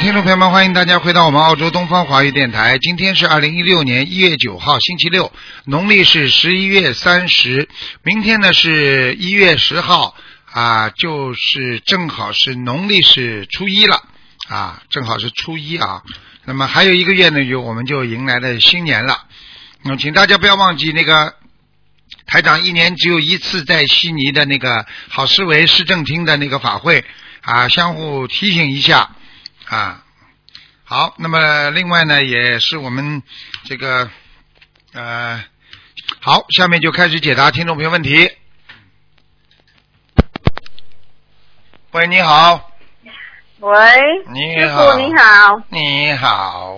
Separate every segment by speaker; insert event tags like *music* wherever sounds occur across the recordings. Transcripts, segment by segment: Speaker 1: 听众朋友们，欢迎大家回到我们澳洲东方华语电台。今天是二零一六年一月九号，星期六，农历是十一月三十。明天呢是一月十号啊，就是正好是农历是初一了啊，正好是初一啊。那么还有一个月呢，有我们就迎来了新年了。那、么请大家不要忘记那个台长一年只有一次在悉尼的那个好思维市政厅的那个法会啊，相互提醒一下啊。好，那么另外呢，也是我们这个呃，好，下面就开始解答听众朋友问题。喂，你好，
Speaker 2: 喂，
Speaker 1: 你
Speaker 2: 师
Speaker 1: 好
Speaker 2: 傅你好，
Speaker 1: 你好，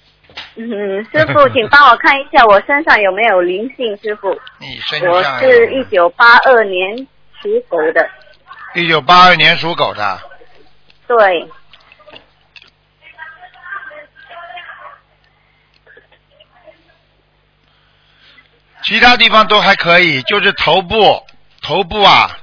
Speaker 1: *laughs*
Speaker 2: 嗯，师傅，请帮我看一下我身上有没有灵性，师傅。
Speaker 1: 你身
Speaker 2: 我
Speaker 1: 上
Speaker 2: 是一九八二年属狗的，
Speaker 1: 一九八二年属狗的，
Speaker 2: 对，
Speaker 1: 其他地方都还可以，就是头部，头部啊，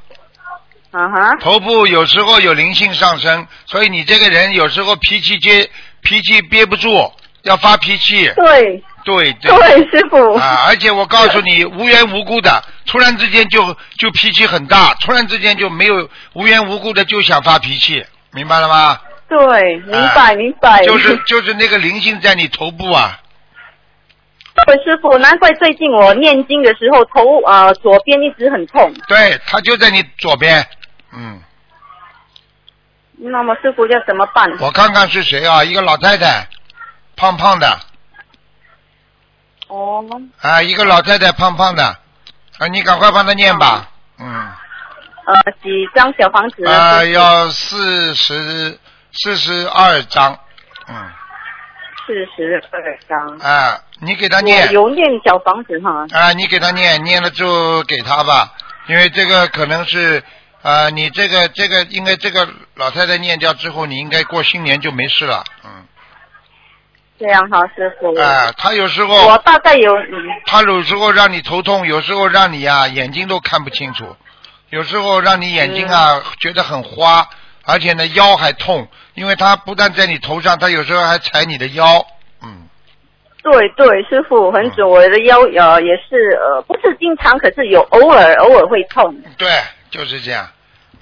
Speaker 2: 啊哈，
Speaker 1: 头部有时候有灵性上升，所以你这个人有时候脾气接脾气憋不住，要发脾气，
Speaker 2: 对
Speaker 1: 对
Speaker 3: *laughs*
Speaker 1: 对
Speaker 2: 对，师傅，
Speaker 1: 啊！而且我告诉你，无缘无故的，突然之间就就脾气很大，突然之间就没有无缘无故的就想发脾气，明白了吗？
Speaker 2: 对，明
Speaker 1: 哎
Speaker 2: 白明白，
Speaker 1: 就是就是那个灵性在你头部啊，
Speaker 2: 对 *laughs* 师傅，难怪最近我念经的时候头呃左边一直很痛，
Speaker 1: 对，它就在你左边，嗯。
Speaker 2: 那么师傅要怎么办？
Speaker 1: *laughs* 我看看是谁啊？一个老太太，胖胖的
Speaker 2: 哦，
Speaker 1: 啊，一个老太太胖胖的啊，你赶快帮她念吧。嗯，
Speaker 2: 呃，几张小房子呢？
Speaker 1: 啊，
Speaker 2: 师傅
Speaker 1: 要四十四十二章。嗯，
Speaker 2: 四十二张。
Speaker 1: 啊，你给她
Speaker 2: 我
Speaker 1: 念
Speaker 2: 有念小房子哈，
Speaker 1: 啊，你给她念，念了就给她吧，因为这个可能是啊，你这个这个应该这个老太太念掉之后，你应该过新年就没事了。嗯，
Speaker 2: 这样哈，师傅。
Speaker 1: 啊，她有时候
Speaker 2: 我大概有，嗯，
Speaker 1: 他有时候让你头痛，有时候让你啊眼睛都看不清楚，有时候让你眼睛啊、觉得很花，而且呢腰还痛，因为他不但在你头上，他有时候还踩你的腰。嗯，
Speaker 2: 对对，师傅很
Speaker 1: 哦
Speaker 2: 准，我的腰呃也是呃不是经常，可是有偶尔偶尔会痛。
Speaker 1: 对，就是这样，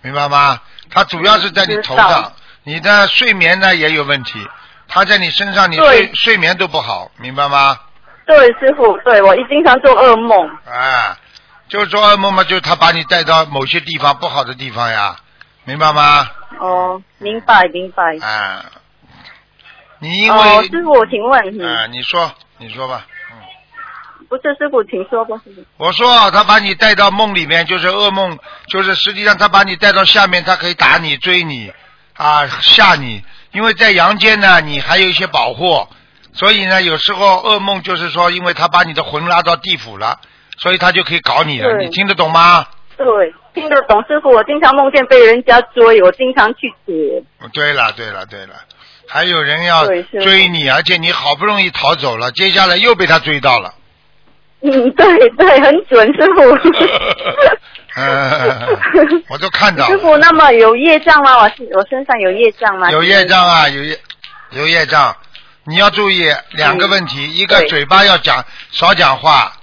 Speaker 1: 明白吗？他主要是在你头
Speaker 2: 知
Speaker 1: 上
Speaker 2: 道，
Speaker 1: 你的睡眠呢也有问题，他在你身上，你
Speaker 2: 对
Speaker 1: 睡睡眠都不好，明白吗？
Speaker 2: 对，师傅，对我经常做噩梦。
Speaker 1: 啊，就是做噩梦嘛，就是他把你带到某些地方不好的地方呀，明白吗？
Speaker 2: 哦，明白明白。
Speaker 1: 啊，你因为
Speaker 2: 哦，师傅，请问，
Speaker 1: 啊，
Speaker 2: 嗯，
Speaker 1: 你说你说吧。
Speaker 2: 不是师傅，请说吧。师傅
Speaker 1: 我说啊他把你带到梦里面，就是噩梦，就是实际上他把你带到下面，他可以打你、追你啊、吓你，因为在阳间呢，你还有一些保护，所以呢，有时候噩梦就是说，因为他把你的魂拉到地府了，所以他就可以搞你了。
Speaker 2: 对
Speaker 1: 你听得懂吗？
Speaker 2: 对，听得懂，师傅，我经常梦见被人家追，我经常去躲。
Speaker 1: 对了，对了，对了，还有人要
Speaker 2: 对是
Speaker 1: 追你，而且你好不容易逃走了，接下来又被他追到
Speaker 2: *laughs*
Speaker 1: 了。 *laughs*
Speaker 2: 嗯，对对，很准，师傅。
Speaker 1: 嗯，我都看到
Speaker 2: 师
Speaker 1: 了，
Speaker 2: 傅，那么有业障吗？我是我身上有业障吗？
Speaker 1: 有业障啊，有业有业障，你要注意两个问题，一个
Speaker 2: 嗯对
Speaker 1: 嘴巴要讲少讲话，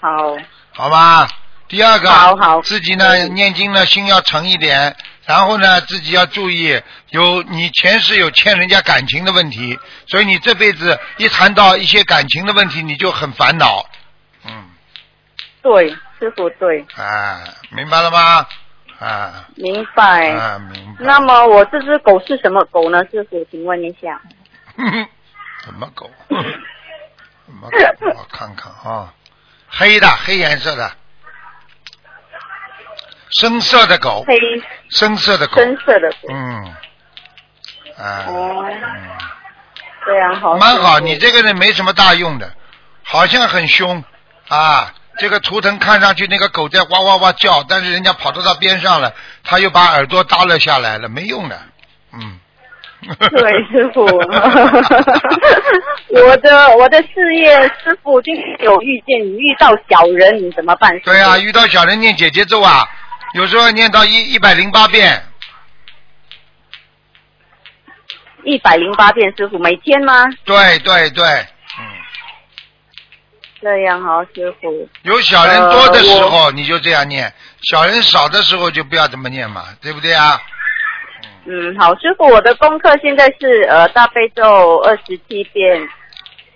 Speaker 2: 好，
Speaker 1: 好吗？第二个，
Speaker 2: 好好
Speaker 1: 自己呢
Speaker 2: 嗯
Speaker 1: 念经呢心要诚一点，然后呢自己要注意，有你前世有欠人家感情的问题，所以你这辈子一谈到一些感情的问题，你就很烦恼，嗯，
Speaker 2: 对，师傅对，
Speaker 1: 啊，明白了吗？啊，
Speaker 2: 明白。
Speaker 1: 啊，明白。
Speaker 2: *laughs* 那么我这只狗是什么狗呢？师傅，请问一下。
Speaker 1: 什么
Speaker 2: *laughs*
Speaker 1: 狗？什么狗？我看看啊，黑的，黑颜色的，深色的狗，
Speaker 2: 黑
Speaker 1: 深色的狗，
Speaker 2: 深色的狗，
Speaker 1: 嗯，啊，
Speaker 2: 哦
Speaker 1: 嗯，
Speaker 2: 这样好。
Speaker 1: 蛮好，
Speaker 2: 师傅
Speaker 1: 你这个人没什么大用的，好像很凶啊。这个图腾看上去那个狗在哇哇哇叫，但是人家跑到他边上了，他又把耳朵耷拉下来了，没用的，嗯。
Speaker 2: 对师傅， *laughs* 我的我的事业，师傅经常有遇见，你遇到小人你怎么办？
Speaker 1: 对啊，遇到小人念姐姐咒啊，有时候念到一一百零八遍，
Speaker 2: 一百零八遍，师傅每天吗？
Speaker 1: 对对对，嗯，
Speaker 2: 这样哦，师傅。
Speaker 1: 有小人多的时候你就这样念，小人少的时候就不要这么念嘛，对不对啊？
Speaker 2: 嗯，好，师傅，我的功课现在是呃大悲咒二十七遍，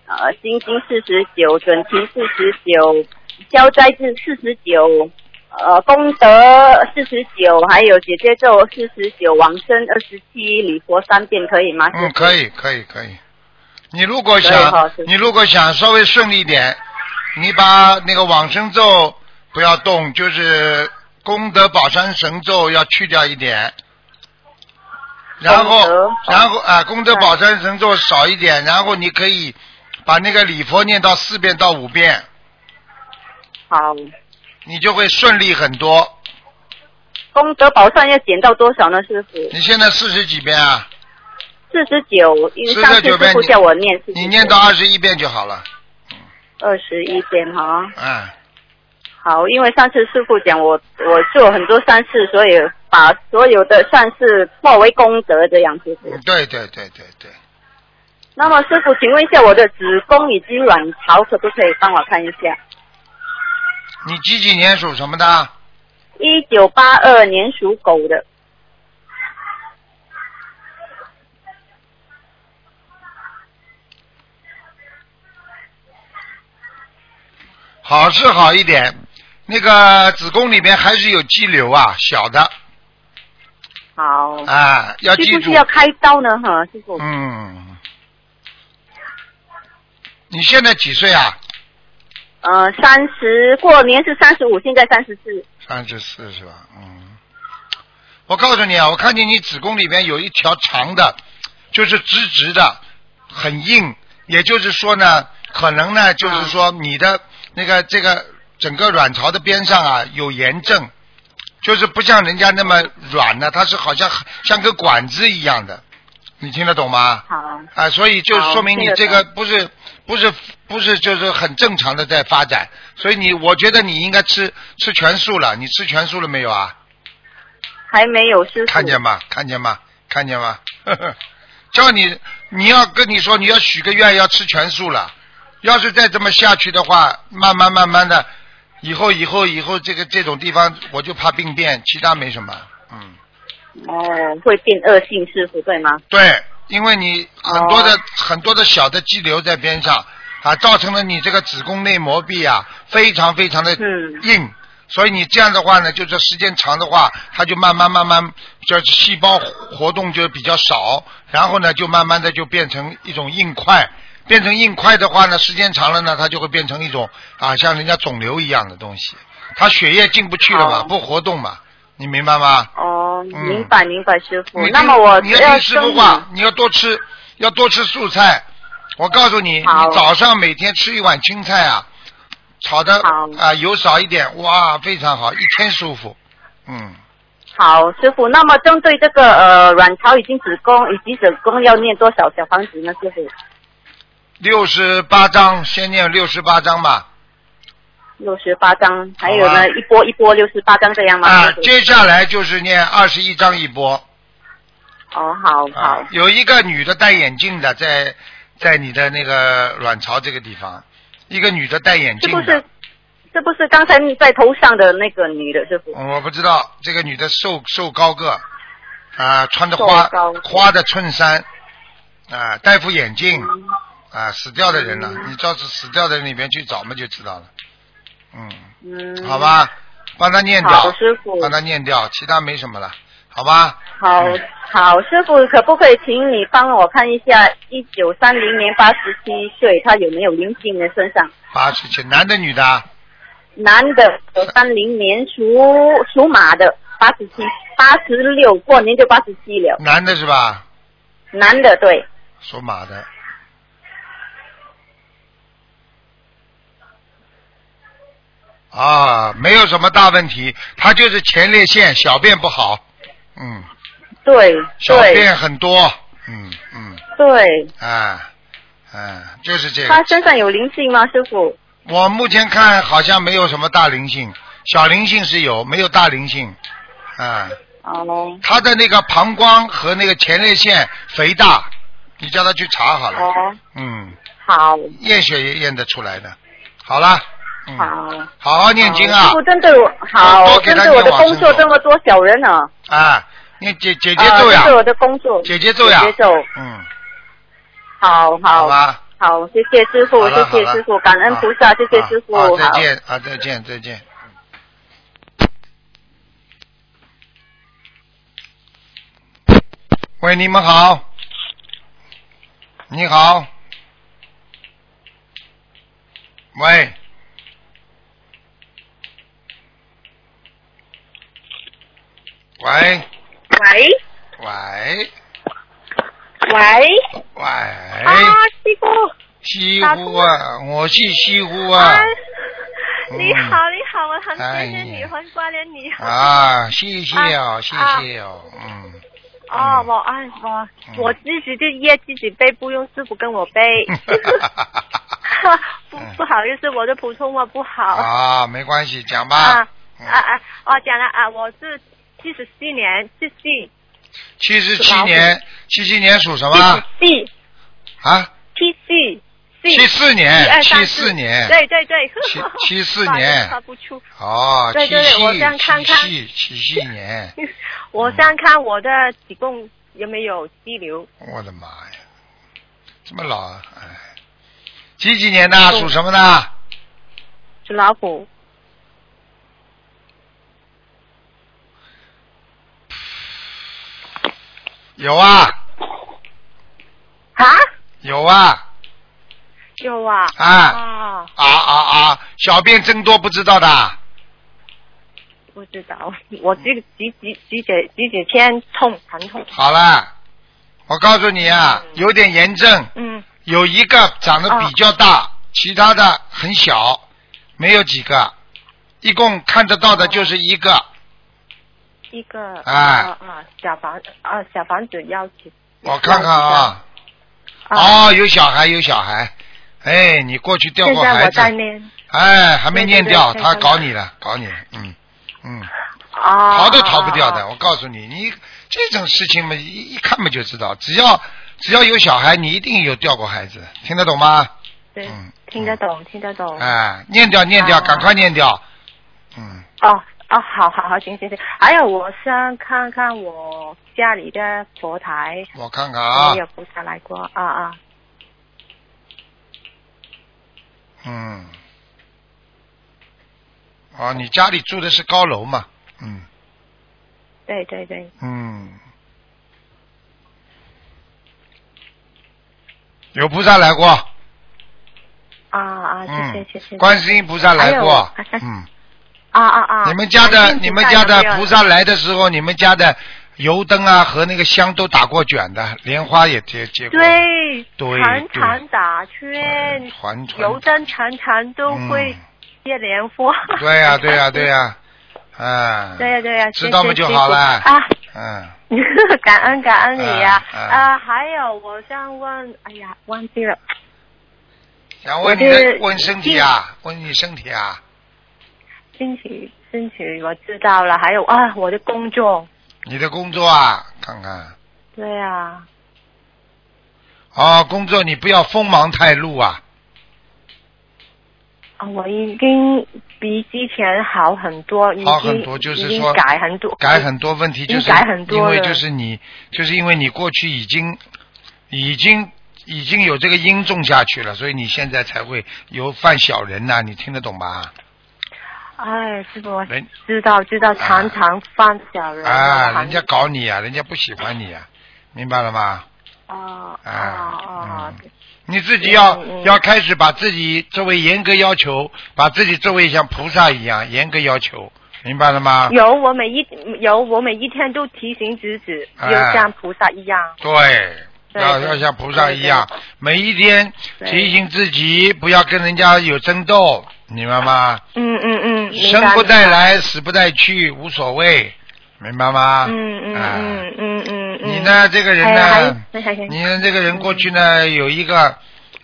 Speaker 2: 呃心经四十九，准提四十九，消灾至四十九，呃功德四十九，还有姐姐咒四十九，往生二十七，礼佛三遍，可以吗？
Speaker 1: 嗯，可以可以可以。你如果
Speaker 2: 可以
Speaker 1: 想
Speaker 2: 好谢谢
Speaker 1: 你如果想稍微顺利一点，你把那个往生咒不要动，就是功德宝山神咒要去掉一点，然
Speaker 2: 功德
Speaker 1: 后
Speaker 2: 宝
Speaker 1: 然后啊功德宝山神咒少一点，然后你可以把那个礼佛念到四遍到五遍，
Speaker 2: 好，
Speaker 1: 你就会顺利很多。
Speaker 2: 功德宝上要减到多少呢，师傅？
Speaker 1: 你现在四十几遍啊？
Speaker 2: 四十九，因为上次
Speaker 1: 49遍
Speaker 2: 师傅
Speaker 1: 你
Speaker 2: 叫我念，
Speaker 1: 你念到二十一遍就好了，
Speaker 2: 二十一遍哈。
Speaker 1: 嗯，
Speaker 2: 好，因为上次师傅讲我我做很多善事，所以把所有的善事化为功德这样子。
Speaker 1: 对对对对对，
Speaker 2: 那么师傅，请问一下我的子宫以及卵巢可不可以帮我看一下？
Speaker 1: 你几几年属什么的？
Speaker 2: 一九八二年属狗的，
Speaker 1: 好是好一点，那个子宫里面还是有肌瘤啊，小的
Speaker 2: 好，
Speaker 1: 啊，要
Speaker 2: 需
Speaker 1: 记
Speaker 2: 不需
Speaker 1: 住，
Speaker 2: 要开刀呢？哈，师傅，
Speaker 1: 嗯。你现在几岁啊？
Speaker 2: 呃，三十过年是三十五，现在三十四，
Speaker 1: 三十四是吧？嗯。我告诉你啊，我看见你子宫里面有一条长的，就是直直的，很硬。也就是说呢，可能呢，就是说你的那个这个整个卵巢的边上啊有炎症，就是不像人家那么软呢、它是好像像个管子一样的，你听得懂吗？
Speaker 2: 好，
Speaker 1: 啊，所以就
Speaker 2: 好
Speaker 1: 说明你
Speaker 2: 听得
Speaker 1: 这个不是不是不是就是很正常的在发展，所以你我觉得你应该吃吃全素了，你吃全素了没有啊？
Speaker 2: 还没有师傅，
Speaker 1: 看见吗？看见吗？看见吗？ *laughs* 呵呵叫你你要跟你说你要许个愿要吃全素了，要是再这么下去的话，慢慢慢慢的，以后以后以后这个这种地方我就怕病变，其他没什么，嗯。
Speaker 2: 哦，会变恶性师傅对吗？
Speaker 1: 对，因为你很多的、很多的小的肌瘤在边上啊，造成了你这个子宫内膜壁啊非常非常的
Speaker 2: 嗯
Speaker 1: 硬，所以你这样的话呢，就是时间长的话，它就慢慢慢慢就是细胞活动就比较少，然后呢就慢慢的就变成一种硬块。变成硬块的话呢，时间长了呢，它就会变成一种啊，像人家肿瘤一样的东西，它血液进不去了嘛，
Speaker 2: 哦
Speaker 1: 不活动嘛，你明白吗？
Speaker 2: 哦，
Speaker 1: 嗯
Speaker 2: 明白明白，师傅。
Speaker 1: 你
Speaker 2: 嗯那
Speaker 1: 听
Speaker 2: 么我
Speaker 1: 你要
Speaker 2: 要
Speaker 1: 听师傅
Speaker 2: 生
Speaker 1: 话，你要多吃，要多吃素菜。我告诉你，你
Speaker 2: 好
Speaker 1: 早上每天吃一碗青菜啊，炒的啊
Speaker 2: 好、
Speaker 1: 油少一点，哇，非常好，一天舒服。嗯，
Speaker 2: 好，师傅。那么针对这个呃卵巢以及子宫以及子宫要念多少小房子呢？师傅，
Speaker 1: 六十八章，先念六十八章吧。
Speaker 2: 六十八张，还有
Speaker 1: 好啊
Speaker 2: 呢，一波一波六十八张这样吗？
Speaker 1: 啊
Speaker 2: 师，傅
Speaker 1: 接下来就是念二十一章一波。
Speaker 2: 哦，好好
Speaker 1: 啊，，有一个女的戴眼镜的，在在你的那个卵巢这个地方，一个女的戴眼
Speaker 2: 是
Speaker 1: 镜
Speaker 2: 不
Speaker 1: 的。
Speaker 2: 是？是不是刚才你在头上的那个女的师傅？
Speaker 1: 嗯我不知道这个女的瘦瘦高个，啊、穿着花
Speaker 2: 瘦高个
Speaker 1: 花的衬衫，啊、戴副眼镜，啊、死掉的人了，
Speaker 2: 嗯
Speaker 1: 你照是死掉的人里面去找嘛就知道了。嗯，
Speaker 2: 嗯，
Speaker 1: 好，吧，帮他念
Speaker 2: 好
Speaker 1: 掉，
Speaker 2: 师傅，
Speaker 1: 帮他念掉，其他没什么了，好吧？
Speaker 2: 好
Speaker 1: 嗯
Speaker 2: 好师傅，可不可以请你帮我看一下，一九三零年八十七岁，他有没有灵性的身上？
Speaker 1: 八十七，男的女的啊？
Speaker 2: 男的，九三零年属属马的，八十七，八十六，过年就八十七了。
Speaker 1: 男的是吧？
Speaker 2: 男的，对，
Speaker 1: 属马的。啊，没有什么大问题，他就是前列腺小便不好，嗯，
Speaker 2: 对，
Speaker 1: 小
Speaker 2: 对，
Speaker 1: 便很多，嗯嗯，
Speaker 2: 对。
Speaker 1: 啊，啊，就是这
Speaker 2: 他
Speaker 1: 个。
Speaker 2: 身上有灵性吗，师傅？
Speaker 1: 我目前看好像没有什么大灵性，小灵性是有，没有大灵性，啊，
Speaker 2: 哦，
Speaker 1: 他的那个膀胱和那个前列腺肥大，你叫他去查好了。
Speaker 2: 哦，
Speaker 1: 嗯，
Speaker 2: 好，
Speaker 1: 验血也验得出来的。好了，嗯，
Speaker 2: 好。
Speaker 1: 好好念经啊
Speaker 2: 师傅针对我
Speaker 1: 多
Speaker 2: 好，
Speaker 1: 给
Speaker 2: 针
Speaker 1: 他
Speaker 2: 对我的
Speaker 1: 念往
Speaker 2: 工作
Speaker 1: 生咒
Speaker 2: 这么多小人啊，
Speaker 1: 啊，念姐姐姐
Speaker 2: 啊
Speaker 1: 咒呀
Speaker 2: 针，对我的工作，
Speaker 1: 呃姐姐咒呀
Speaker 2: 姐姐咒，
Speaker 1: 嗯，
Speaker 2: 好
Speaker 1: 好
Speaker 2: 好
Speaker 1: 吧，
Speaker 2: 好，谢谢师傅，
Speaker 1: 好
Speaker 2: 谢
Speaker 1: 了
Speaker 2: 谢
Speaker 1: 好了
Speaker 2: 师傅，感恩菩萨，谢谢
Speaker 1: 啊
Speaker 2: 师傅，
Speaker 1: 啊
Speaker 2: 好，
Speaker 1: 再见啊，再见再见。喂，你们好，你好，喂，喂，
Speaker 4: 喂
Speaker 1: 喂，
Speaker 4: 喂，
Speaker 1: 喂，
Speaker 4: 啊，师傅，
Speaker 1: 西
Speaker 4: 打
Speaker 1: 湖
Speaker 4: 通
Speaker 1: 啊，我是西湖啊
Speaker 4: 啊，
Speaker 1: 嗯
Speaker 4: 你好，你好，我很
Speaker 1: 哎
Speaker 4: 谢谢你，
Speaker 1: 呀
Speaker 4: 很挂念你。
Speaker 1: 啊，谢谢哦，
Speaker 4: 啊
Speaker 1: 谢
Speaker 4: 啊
Speaker 1: 谢哦，嗯。
Speaker 4: 哦，我哎，我
Speaker 1: 嗯。
Speaker 4: 我自己的业自己背，不用师傅跟我背不
Speaker 1: 嗯
Speaker 4: 不好意思，我的普通话不好。
Speaker 1: 啊，没关系，讲吧
Speaker 4: 啊。
Speaker 1: 嗯
Speaker 4: 啊啊！哦，讲了啊，我是七十七年，七七
Speaker 1: 七十七年，七七年属什么
Speaker 4: 七
Speaker 1: 啊？
Speaker 4: 七七
Speaker 1: 七四年，
Speaker 4: 二
Speaker 1: 七
Speaker 4: 三
Speaker 1: 四年。
Speaker 4: 对对对，
Speaker 1: 七七四
Speaker 4: 发音 *laughs*
Speaker 1: 年
Speaker 4: 发不出。
Speaker 1: 哦，
Speaker 4: 对
Speaker 1: 七
Speaker 4: 对对我
Speaker 1: 夕
Speaker 4: 这样看看
Speaker 1: 七夕七夕年，
Speaker 4: 我想看我的子宫有没有肌瘤，
Speaker 1: 我的妈呀，这么老啊！哎，几几年的？属什么的？
Speaker 4: 属老虎。
Speaker 1: 有啊，
Speaker 4: 啊？
Speaker 1: 有啊，
Speaker 4: 有啊。
Speaker 1: 啊
Speaker 4: 啊，
Speaker 1: 啊啊啊！小便增多不知道的，
Speaker 4: 不知道，我这个几几几几几几天痛疼痛。
Speaker 1: 好了，我告诉你啊，有点炎症，
Speaker 4: 嗯，
Speaker 1: 有一个长
Speaker 4: 啊
Speaker 1: 得比较大，其他的很小，没有几个，一共看得
Speaker 4: 哦
Speaker 1: 到的就是一个。
Speaker 4: 一个
Speaker 1: 哎
Speaker 4: 啊啊小房啊小房子要几？
Speaker 1: 我看看啊，
Speaker 4: 啊，
Speaker 1: 哦，有小孩，有小孩，哎，你过去掉
Speaker 4: 现
Speaker 1: 过
Speaker 4: 在
Speaker 1: 孩
Speaker 4: 我
Speaker 1: 子，
Speaker 4: 在念
Speaker 1: 哎，还没
Speaker 4: 对对
Speaker 1: 念
Speaker 4: 对
Speaker 1: 掉，
Speaker 4: 在
Speaker 1: 他
Speaker 4: 上
Speaker 1: 搞你了，搞你了，嗯嗯，
Speaker 4: 啊，
Speaker 1: 逃都逃不掉
Speaker 4: 啊。
Speaker 1: 的，
Speaker 4: 啊
Speaker 1: 我告诉你，你这种事情嘛，一一看嘛就知道，只要只要有小孩，你一定有掉过孩子，听得懂吗？
Speaker 4: 对
Speaker 1: 嗯，
Speaker 4: 听得懂，听得懂。
Speaker 1: 哎，念掉，念掉，
Speaker 4: 嗯啊
Speaker 1: 赶快念掉，嗯。
Speaker 4: 哦哦，好好好，行行行。还有，我想看看我家里的佛台，
Speaker 1: 我看看啊
Speaker 4: 没，有菩萨来过啊啊。
Speaker 1: 嗯，哦，你家里住的是高楼嘛？嗯
Speaker 4: 对对对，
Speaker 1: 嗯，有菩萨来过，
Speaker 4: 啊啊，谢
Speaker 1: 嗯
Speaker 4: 谢谢谢。，
Speaker 1: 观世音菩萨来过
Speaker 4: 还有，
Speaker 1: 嗯，
Speaker 4: *laughs* 啊啊啊！
Speaker 1: 你们家的
Speaker 4: 观世
Speaker 1: 你
Speaker 4: 音
Speaker 1: 们
Speaker 4: 菩
Speaker 1: 家
Speaker 4: 萨
Speaker 1: 的
Speaker 4: 有没有
Speaker 1: 菩萨来的时候，你们家的油灯啊和那个香都打过卷的，莲花也结结过，
Speaker 4: 对
Speaker 1: 对
Speaker 4: 常常
Speaker 1: 对
Speaker 4: 打
Speaker 1: 团
Speaker 4: 圈，
Speaker 1: 团团
Speaker 4: 油灯常常都会接莲花。
Speaker 1: 嗯对呀对呀对呀，嗯，
Speaker 4: 对呀对呀，
Speaker 1: 知道
Speaker 4: 谢
Speaker 1: 嘛
Speaker 4: 谢
Speaker 1: 就
Speaker 4: 师
Speaker 1: 好
Speaker 4: 傅
Speaker 1: 了
Speaker 4: 啊！
Speaker 1: 嗯，
Speaker 4: *laughs* 感恩感恩你呀！
Speaker 1: 啊啊
Speaker 4: 啊，还有我想问，哎呀，忘记了
Speaker 1: 想问你
Speaker 4: 我
Speaker 1: 的
Speaker 4: 是
Speaker 1: 问身体啊，问你身体啊。
Speaker 4: 星期星期我知道了，还有啊，我的工作，
Speaker 1: 你的工作啊，看看
Speaker 4: 对呀，
Speaker 1: 哦，工作你不要锋芒太露啊，
Speaker 4: 啊，我已经比之前好很多，已经
Speaker 1: 好很多就是
Speaker 4: 已经
Speaker 1: 说
Speaker 4: 改很多，
Speaker 1: 改很多问题
Speaker 4: 已经
Speaker 1: 就是
Speaker 4: 改很多
Speaker 1: 因为
Speaker 4: 了
Speaker 1: 就是你就是因为你过去已经已经已经有这个因种下去了，所以你现在才会有犯小人呐、你听得懂吧？
Speaker 4: 哎，师傅，我
Speaker 1: 人
Speaker 4: 知道知道，常常犯小人
Speaker 1: 啊，
Speaker 4: 常
Speaker 1: 人家搞你啊，人家不喜欢你啊，明白了吗？
Speaker 4: 啊啊
Speaker 1: 啊
Speaker 4: 啊！
Speaker 1: 你自己要、
Speaker 4: 嗯嗯
Speaker 1: 要开始把自己作为严格要求，把自己作为像菩萨一样严格要求，明白了吗？
Speaker 4: 有我每一有我每一天都提醒自己，
Speaker 1: 哎
Speaker 4: 要像菩萨一样。
Speaker 1: 对，
Speaker 4: 对
Speaker 1: 要
Speaker 4: 对
Speaker 1: 要像菩萨
Speaker 4: 对
Speaker 1: 一样，每一天
Speaker 4: 对
Speaker 1: 提醒自己不要跟人家有争斗，明白吗？
Speaker 4: 嗯嗯嗯，明
Speaker 1: 生
Speaker 4: 白
Speaker 1: 不
Speaker 4: 明白
Speaker 1: 带来，死不带去，无所谓，明白吗？
Speaker 4: 嗯嗯
Speaker 1: 啊
Speaker 4: 嗯嗯嗯哎嗯。
Speaker 1: 你呢？这个人
Speaker 4: 还
Speaker 1: 呢
Speaker 4: 有？还有
Speaker 1: 你呢这个人过去呢有一个，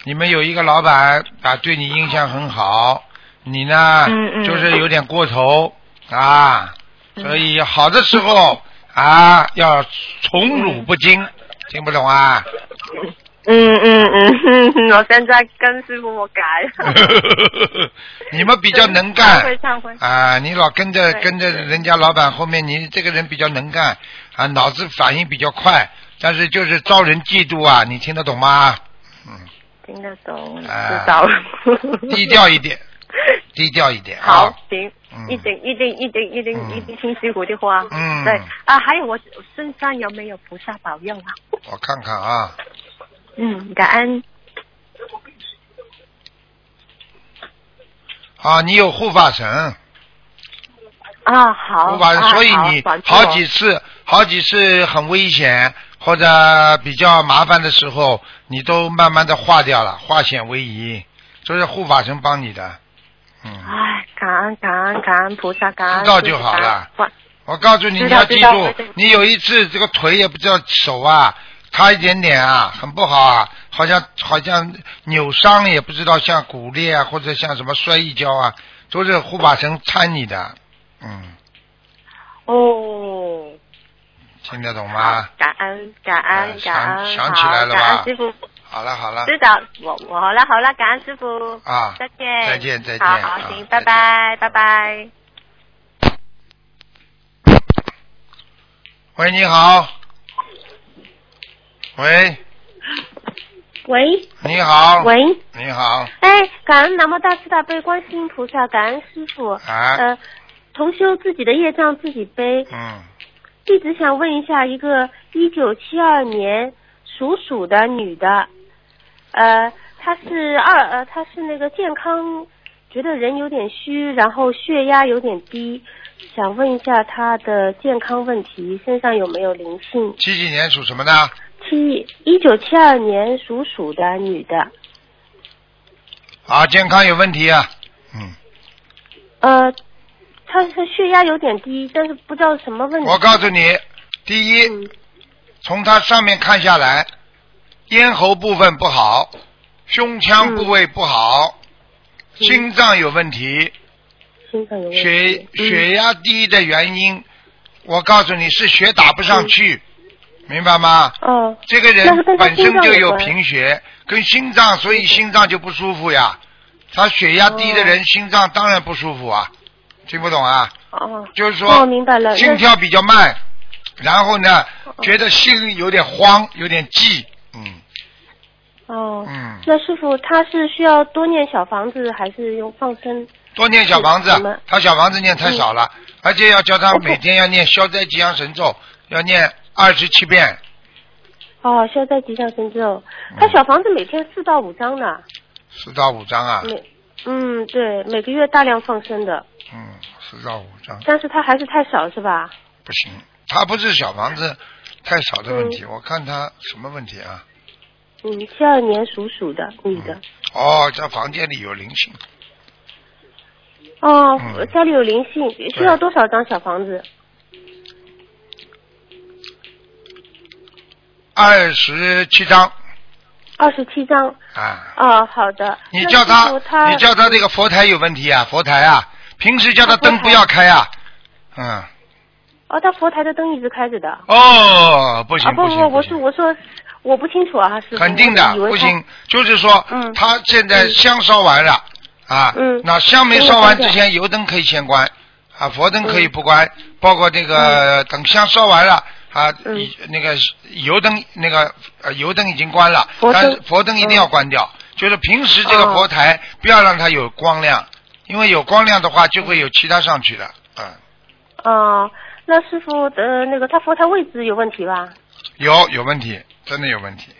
Speaker 1: 你们有一个老板啊，对你印象很好，你呢
Speaker 4: 嗯嗯
Speaker 1: 就是有点过头啊，所以好的时候啊要宠辱不惊，听不懂啊？
Speaker 4: 嗯嗯嗯 *laughs* 哼哼，我现在跟师傅我改。
Speaker 1: *laughs* 你们 *laughs* 比较能干
Speaker 4: 忏悔忏悔。
Speaker 1: 啊、你老跟着
Speaker 4: 对
Speaker 1: 跟着人家老板后面，你这个人比较能干啊，脑子反应比较快，但是就是招人嫉妒啊，你听得懂吗？
Speaker 4: 听得懂，
Speaker 1: 啊
Speaker 4: 知道了。 *laughs*
Speaker 1: 低调一点，低调一点
Speaker 4: 好
Speaker 1: 啊。，
Speaker 4: 行，
Speaker 1: 嗯
Speaker 4: 一定一定一定一定
Speaker 1: 嗯
Speaker 4: 一定听师傅的话。
Speaker 1: 嗯
Speaker 4: 对啊，还有我身上有没有菩萨保佑啊？
Speaker 1: 我看看啊，
Speaker 4: 嗯，感恩。
Speaker 1: 啊，你有护法神，
Speaker 4: 啊，好，
Speaker 1: 护法神，
Speaker 4: 啊、
Speaker 1: 所以你
Speaker 4: 好
Speaker 1: 好几次，好几次很危险或者比较麻烦的时候，你都慢慢的化掉了，化险为夷，这是护法神帮你的。嗯，
Speaker 4: 哎，感恩感恩感恩菩萨，感恩
Speaker 1: 知道就好了
Speaker 4: 感恩
Speaker 1: 我告诉你，你
Speaker 4: 知道
Speaker 1: 要记
Speaker 4: 知道
Speaker 1: 住
Speaker 4: 知道，
Speaker 1: 你有一次这个腿也不知道手啊，差一点点啊，很不好啊，好像好像扭伤了，也不知道像骨裂啊，或者像什么摔一跤啊，都是护法神参你的。嗯，
Speaker 4: 哦，
Speaker 1: 听得懂
Speaker 4: 好
Speaker 1: 吗？
Speaker 4: 感恩感
Speaker 1: 哎
Speaker 4: 恩
Speaker 1: 想
Speaker 4: 感恩，
Speaker 1: 想起
Speaker 4: 好
Speaker 1: 来了
Speaker 4: 感
Speaker 1: 吧
Speaker 4: 恩师傅，
Speaker 1: 好了好了，
Speaker 4: 知道我我好了好了，感恩师傅，
Speaker 1: 啊，
Speaker 4: 再见
Speaker 1: 再见再见
Speaker 4: 好好
Speaker 1: 啊
Speaker 4: 行，
Speaker 1: 再见
Speaker 4: 拜拜拜拜。
Speaker 1: 喂，你好。喂，
Speaker 5: 喂
Speaker 1: 你好。。
Speaker 5: 喂，
Speaker 1: 你好，
Speaker 5: 哎，感恩南无大慈大悲观世音菩萨，感恩师傅。
Speaker 1: 啊
Speaker 5: 呃，同修自己的业障自己背。
Speaker 1: 嗯，
Speaker 5: 弟子想问一下，一个一九七二年属鼠的女的，呃，她是二呃，她是那个健康，觉得人有点虚，然后血压有点低，想问一下她的健康问题，身上有没有灵性？
Speaker 1: 几几年属什么的？
Speaker 5: 七一九七二年属鼠的女的。
Speaker 1: 啊，健康有问题啊。嗯，
Speaker 5: 呃，他是血压有点低，但是不知道什么问题。
Speaker 1: 我告诉你，第一，
Speaker 5: 嗯
Speaker 1: 从它上面看下来，咽喉部分不好，胸腔部位不好，
Speaker 5: 嗯
Speaker 1: 心脏有问题，
Speaker 5: 心脏有问题。
Speaker 1: 血
Speaker 5: 嗯
Speaker 1: 血压低的原因，我告诉你是血打不上去，
Speaker 5: 嗯
Speaker 1: 明白吗？
Speaker 5: 哦，
Speaker 1: 这个
Speaker 5: 那
Speaker 1: 人
Speaker 5: 是跟他
Speaker 1: 本身就
Speaker 5: 心脏有
Speaker 1: 有
Speaker 5: 关
Speaker 1: 贫血，跟心脏，所以心脏就不舒服呀。他血压低的人，心脏当然不舒服啊。听不懂啊？
Speaker 5: 哦，
Speaker 1: 就是
Speaker 5: 哦，
Speaker 1: 说
Speaker 5: 明白了。
Speaker 1: 心
Speaker 5: 那
Speaker 1: 跳比较慢，然后呢，觉得心有点慌，有点悸。嗯
Speaker 5: 哦，
Speaker 1: 嗯，
Speaker 5: 那师傅他是需要多念小房子，还是用放生？
Speaker 1: 多念小房
Speaker 5: 是什
Speaker 1: 子
Speaker 5: 么，
Speaker 1: 他小房子念太少了，
Speaker 5: 嗯
Speaker 1: 而且要教他每天要念消灾吉祥神咒，要念二十七遍。
Speaker 5: 哦，消灾吉祥神咒。
Speaker 1: 嗯
Speaker 5: 他小房子每天四到五张呢，
Speaker 1: 四到五张啊，
Speaker 5: 每嗯对，每个月大量放生的，
Speaker 1: 嗯，四到五张
Speaker 5: 但是他还是太少是吧？
Speaker 1: 不行，他不是小房子太少的问题，我看他什么问题啊？
Speaker 5: 嗯，七二年属鼠的女的。
Speaker 1: 哦，在房间里有灵性，
Speaker 5: 哦
Speaker 1: 嗯，
Speaker 5: 家里有灵性，需要多少张小房子？
Speaker 1: 二十七张
Speaker 5: 二十七张。
Speaker 1: 啊。
Speaker 5: 哦，好的。
Speaker 1: 你
Speaker 5: 那
Speaker 1: 叫
Speaker 5: 师
Speaker 1: 他
Speaker 5: 傅，他
Speaker 1: 你叫他这个佛台有问题啊，佛台啊，平时叫他
Speaker 5: 他佛
Speaker 1: 灯不要开啊。嗯，
Speaker 5: 哦，他佛台的灯一直开着的。
Speaker 1: 哦，不行
Speaker 5: 啊，不
Speaker 1: 行，
Speaker 5: 不，我说
Speaker 1: 行
Speaker 5: 我说我不清楚啊，师傅。
Speaker 1: 肯定的
Speaker 5: 我以为
Speaker 1: 不
Speaker 5: 他
Speaker 1: 行，就是说
Speaker 5: 嗯
Speaker 1: 他现在香烧完了啊
Speaker 5: 嗯，
Speaker 1: 那香没烧完之前，油灯可以先关啊，佛
Speaker 5: 嗯
Speaker 1: 灯可以不关，包括这个等香烧完了。啊，
Speaker 5: 嗯
Speaker 1: 以那个油灯，那个呃油灯已经关了，
Speaker 5: 佛灯嗯
Speaker 1: 但是佛灯一定要关掉。就是平时这个佛台不要让它有光亮，因为有光亮的话就会有其他上去的。嗯，
Speaker 5: 哦，那师傅的那个他佛台位置有问题吧？
Speaker 1: 有有问题，真的有问题。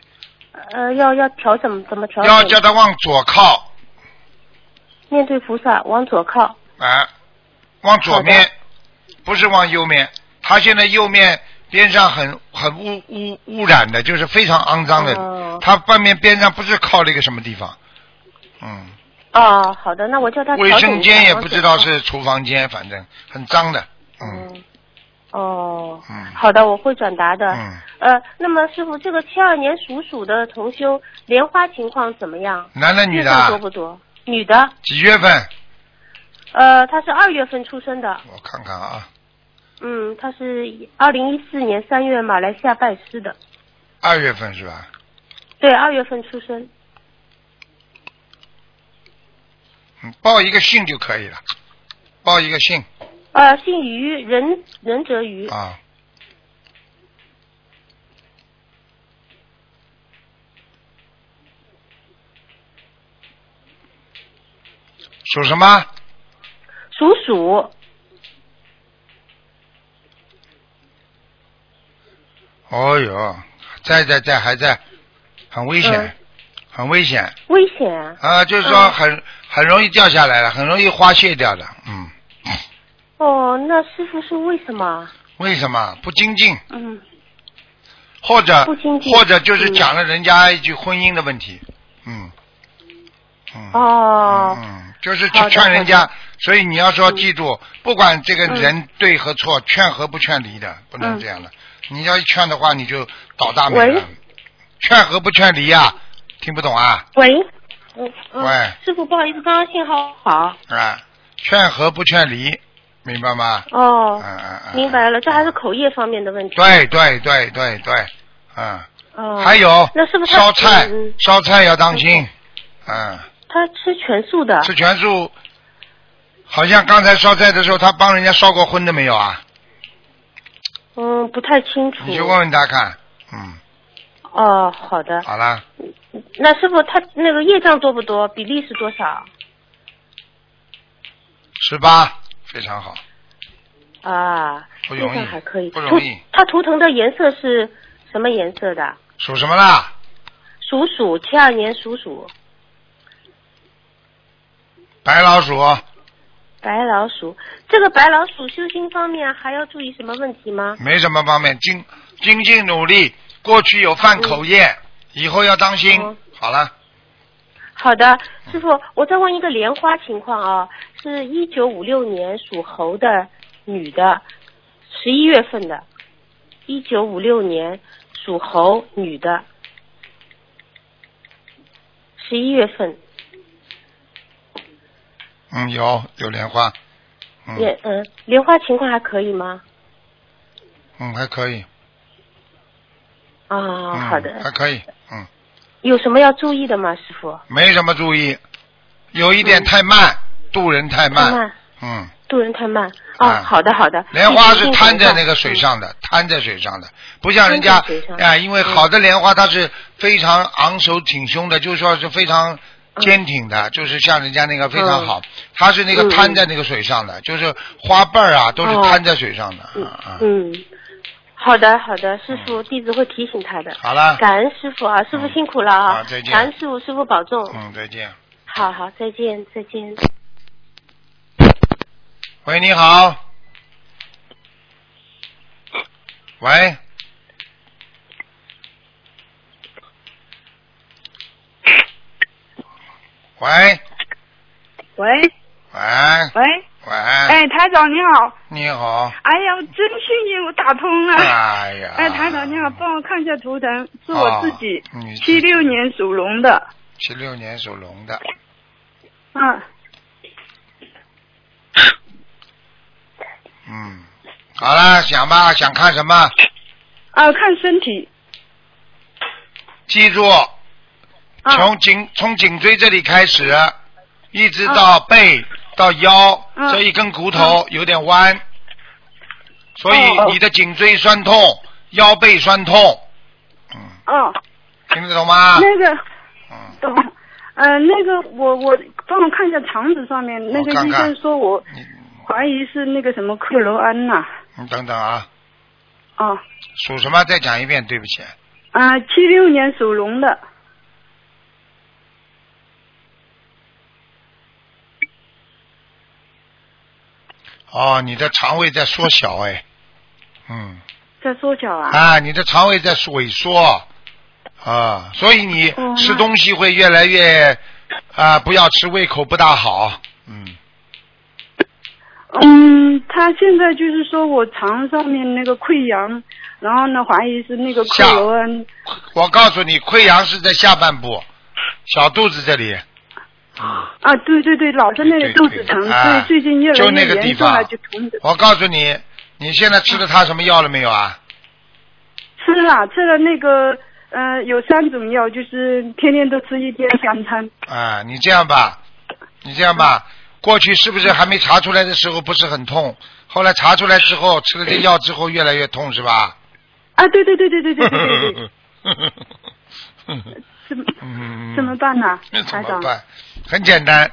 Speaker 5: 呃，要要调整怎么调整？
Speaker 1: 要叫他往左靠，
Speaker 5: 面对菩萨往左靠。
Speaker 1: 啊，往左面，不是往右面。他现在右面边上很很污污污染的，就是非常肮脏的。
Speaker 5: 哦
Speaker 1: 他半面边上不是靠了一个什么地方，嗯，
Speaker 5: 哦，好的，那我叫他调
Speaker 1: 卫
Speaker 5: 整一下
Speaker 1: 生间也不知道。
Speaker 5: 往左
Speaker 1: 是厨房间，反正很脏的，
Speaker 5: 靠
Speaker 1: 嗯
Speaker 5: 嗯。哦，
Speaker 1: 嗯
Speaker 5: 好的，我会转达的。
Speaker 1: 嗯，
Speaker 5: 呃，那么师傅，这个七二年属鼠的同修莲花情况怎么样？
Speaker 1: 男的女的
Speaker 5: 月份
Speaker 1: 啊
Speaker 5: 多？不多？女的，
Speaker 1: 几月份？
Speaker 5: 呃，她是二月份出生的，
Speaker 1: 我看看啊，
Speaker 5: 嗯，她是二零一四年三月马来西亚拜师的，
Speaker 1: 二月份是吧？
Speaker 5: 对，二月份出生。
Speaker 1: 嗯，报一个姓就可以了，报一个姓
Speaker 5: 呃，姓于，仁仁者于。
Speaker 1: 啊。属什么？
Speaker 5: 属鼠，
Speaker 1: 哦哟，在在在，还在，很危险，
Speaker 5: 嗯
Speaker 1: 很危险
Speaker 5: 危险啊！
Speaker 1: 啊！就是说
Speaker 5: 嗯
Speaker 1: 很、很容易掉下来了，很容易花谢掉的。嗯，
Speaker 5: 哦，那师傅是为什么？
Speaker 1: 为什么不精进？
Speaker 5: 嗯，
Speaker 1: 或者
Speaker 5: 不精进
Speaker 1: 或者就是
Speaker 5: 嗯
Speaker 1: 讲了人家一句婚姻的问题，嗯，嗯，
Speaker 5: 哦，
Speaker 1: 嗯，就是
Speaker 5: 好
Speaker 1: 去
Speaker 5: 的嗯
Speaker 1: 劝人
Speaker 5: 好
Speaker 1: 家，所以你要说记住，不管这个人对和错，劝和不劝离的，不能
Speaker 5: 嗯
Speaker 1: 这样的。你要一劝的话，你就倒大霉
Speaker 5: 喂
Speaker 1: 了。劝和不劝离啊，听不懂啊？
Speaker 5: 喂，嗯嗯
Speaker 1: 喂
Speaker 5: 师傅不好意思，刚刚信号不好。
Speaker 1: 啊，劝和不劝离，明白吗？
Speaker 5: 哦
Speaker 1: 嗯，嗯嗯，
Speaker 5: 明白了，这还是口业方面的问题。
Speaker 1: 对对对对对，嗯，
Speaker 5: 哦，
Speaker 1: 还有
Speaker 5: 那是不是他
Speaker 1: 烧菜
Speaker 5: 嗯嗯，
Speaker 1: 烧菜要当心，嗯，
Speaker 5: 他吃全素的，
Speaker 1: 吃全素。好像刚才烧菜的时候，他帮人家烧过荤的没有啊？
Speaker 5: 嗯，不太清楚。
Speaker 1: 你去问问他看。嗯，
Speaker 5: 哦，好的。
Speaker 1: 好啦，
Speaker 5: 那师傅他那个业障多不多？比例是多少？
Speaker 1: 十八，非常好，
Speaker 5: 啊，
Speaker 1: 不容
Speaker 5: 业
Speaker 1: 易
Speaker 5: 障还可以。
Speaker 1: 不容易
Speaker 5: 图它图腾的颜色是什么颜色的？
Speaker 1: 属什么啦？
Speaker 5: 属鼠，七二年属鼠，
Speaker 1: 白老鼠，
Speaker 5: 白老鼠。这个白老鼠修心方面还要注意什么问题吗？
Speaker 1: 没什么方面，精精进努力，过去有犯口业，以后要当心。
Speaker 5: 嗯
Speaker 1: 好了，
Speaker 5: 好的，师傅，我再问一个莲花情况啊，是一九五六年属猴的女的，十一月份的，一九五六年属猴女的，十一月份，
Speaker 1: 嗯，有有莲花，嗯
Speaker 5: 莲嗯莲花情况还可以吗？
Speaker 1: 嗯，还可以，
Speaker 5: 啊、
Speaker 1: 嗯，
Speaker 5: 好的，
Speaker 1: 还可以，嗯，
Speaker 5: 有什么要注意的吗，师傅？
Speaker 1: 没什么注意，有一点太慢，渡人太
Speaker 5: 嗯太
Speaker 1: 慢，
Speaker 5: 慢，
Speaker 1: 嗯，
Speaker 5: 渡人太慢。哦，
Speaker 1: 啊
Speaker 5: 好的好的。
Speaker 1: 莲花是
Speaker 5: 一定
Speaker 1: 摊在
Speaker 5: 会
Speaker 1: 那个水上的，摊在水上的，不像人家
Speaker 5: 嗯摊在水上嗯
Speaker 1: 哎，因为好的莲花它是非常昂首挺胸的，就是说是非常坚挺的，就是像人家那个非常好，它是那个
Speaker 5: 嗯嗯
Speaker 1: 摊在那个水上的，就是花瓣儿啊都是
Speaker 5: 哦
Speaker 1: 摊在水上的，
Speaker 5: 嗯
Speaker 1: 啊、嗯，
Speaker 5: 嗯，好的好的，师傅弟子会提醒他的。
Speaker 1: 好了，嗯
Speaker 5: 感恩师傅啊，师傅辛苦了啊！
Speaker 1: 好再见
Speaker 5: 感恩师傅，师傅保重。
Speaker 1: 嗯，再见。
Speaker 5: 好好，再见，再见。
Speaker 1: 喂，你好。喂。喂
Speaker 6: 喂
Speaker 1: 喂
Speaker 6: 喂，
Speaker 1: 喂，
Speaker 6: 哎，台长你好，
Speaker 1: 你好。
Speaker 6: 哎呀，我真幸运我打通了。
Speaker 1: 哎呀。
Speaker 6: 嗯哎，台长你好，帮我看一下图腾，是我自己
Speaker 1: 哦你，自己
Speaker 6: 七六年属龙的，
Speaker 1: 七六年属龙的，
Speaker 6: 嗯，
Speaker 1: 嗯，好了，想吧，想看什么？
Speaker 6: 啊，看身体，
Speaker 1: 记住，
Speaker 6: 啊，
Speaker 1: 从颈从颈椎这里开始，一直
Speaker 6: 啊
Speaker 1: 到背、到腰、
Speaker 6: 嗯
Speaker 1: 这一根骨头有点弯，所
Speaker 6: 哦
Speaker 1: 以
Speaker 6: 哦
Speaker 1: 你的颈椎酸痛，腰背酸痛，嗯，
Speaker 6: 哦，
Speaker 1: 听得懂吗？
Speaker 6: 那个，
Speaker 1: 啊嗯，
Speaker 6: 懂，呃，那个我我帮我看一下肠子上面，那个
Speaker 1: 哦看
Speaker 6: 医
Speaker 1: 看
Speaker 6: 生说我
Speaker 1: 你
Speaker 6: 怀疑是那个什么克罗安呐、
Speaker 1: 你等等啊，
Speaker 6: 啊，
Speaker 1: 属什么？再讲一遍，对不起，
Speaker 6: 啊，七六年属龙的，
Speaker 1: 哦，你的肠胃在缩小，哎，嗯。
Speaker 6: 在缩小啊，
Speaker 1: 啊，你的肠胃在萎缩啊，所以你
Speaker 6: 哦
Speaker 1: 吃东西会越来越啊，不要吃，胃口不大好。嗯，
Speaker 6: 嗯，他现在就是说我肠上面那个溃疡，然后呢怀疑是那个克罗恩，
Speaker 1: 我告诉你，溃疡是在下半部，小肚子这里，
Speaker 6: 啊，对对对，老是那
Speaker 1: 对对
Speaker 6: 个肚子疼，
Speaker 1: 对
Speaker 6: 所
Speaker 1: 啊
Speaker 6: 以最近越
Speaker 1: 就
Speaker 6: 来
Speaker 1: 那个
Speaker 6: 越
Speaker 1: 地
Speaker 6: 严重了，
Speaker 1: 方哦
Speaker 6: 就疼的。
Speaker 1: 我告诉你，你现在吃了他什么药了没有啊？
Speaker 6: 吃了吃了那个呃，有三种药，就是天天都吃一天三餐。
Speaker 1: 啊，你这样吧，你这样吧，过去是不是还没查出来的时候不是很痛？后来查出来之后，吃了这药之后越来越痛是吧？
Speaker 6: 啊，对对对对对对
Speaker 1: *laughs*
Speaker 6: 对对对，怎么
Speaker 1: 嗯，
Speaker 6: 怎么办呢、
Speaker 1: 那怎
Speaker 6: 台
Speaker 1: 么
Speaker 6: 长？
Speaker 1: 办？很简单，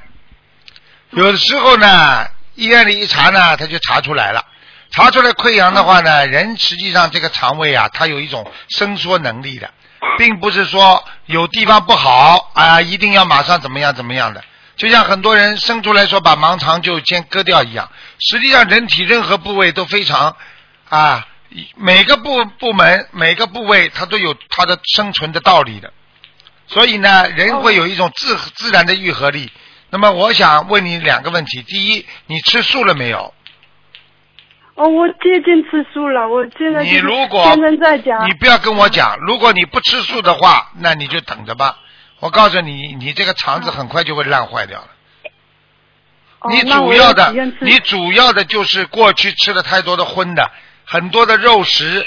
Speaker 1: 有的时候呢，医院里一查呢，他就查出来了。查出来溃疡的话呢，人实际上这个肠胃啊，它有一种伸缩能力的，并不是说有地方不好啊、一定要马上怎么样怎么样的。就像很多人生出来说把盲肠就先割掉一样，实际上人体任何部位都非常啊，每个部部门每个部位它都有它的生存的道理的。所以呢，人
Speaker 6: 哦
Speaker 1: 会有一种自自然的愈合力。那么我想问你两个问题：第一，你吃素了没有？
Speaker 6: 哦，我接近吃素了，我现在
Speaker 1: 你
Speaker 6: 就是
Speaker 1: 如果
Speaker 6: 天天在家
Speaker 1: 你不要跟我讲，如果你不吃素的话，那你就等着吧。我告诉你，你这个肠子很快就会烂坏掉了。
Speaker 6: 哦
Speaker 1: 你
Speaker 6: 那
Speaker 1: 主
Speaker 6: 我
Speaker 1: 要的
Speaker 6: 体验，吃
Speaker 1: 你主要的就是过去吃了太多的荤的，很多的肉食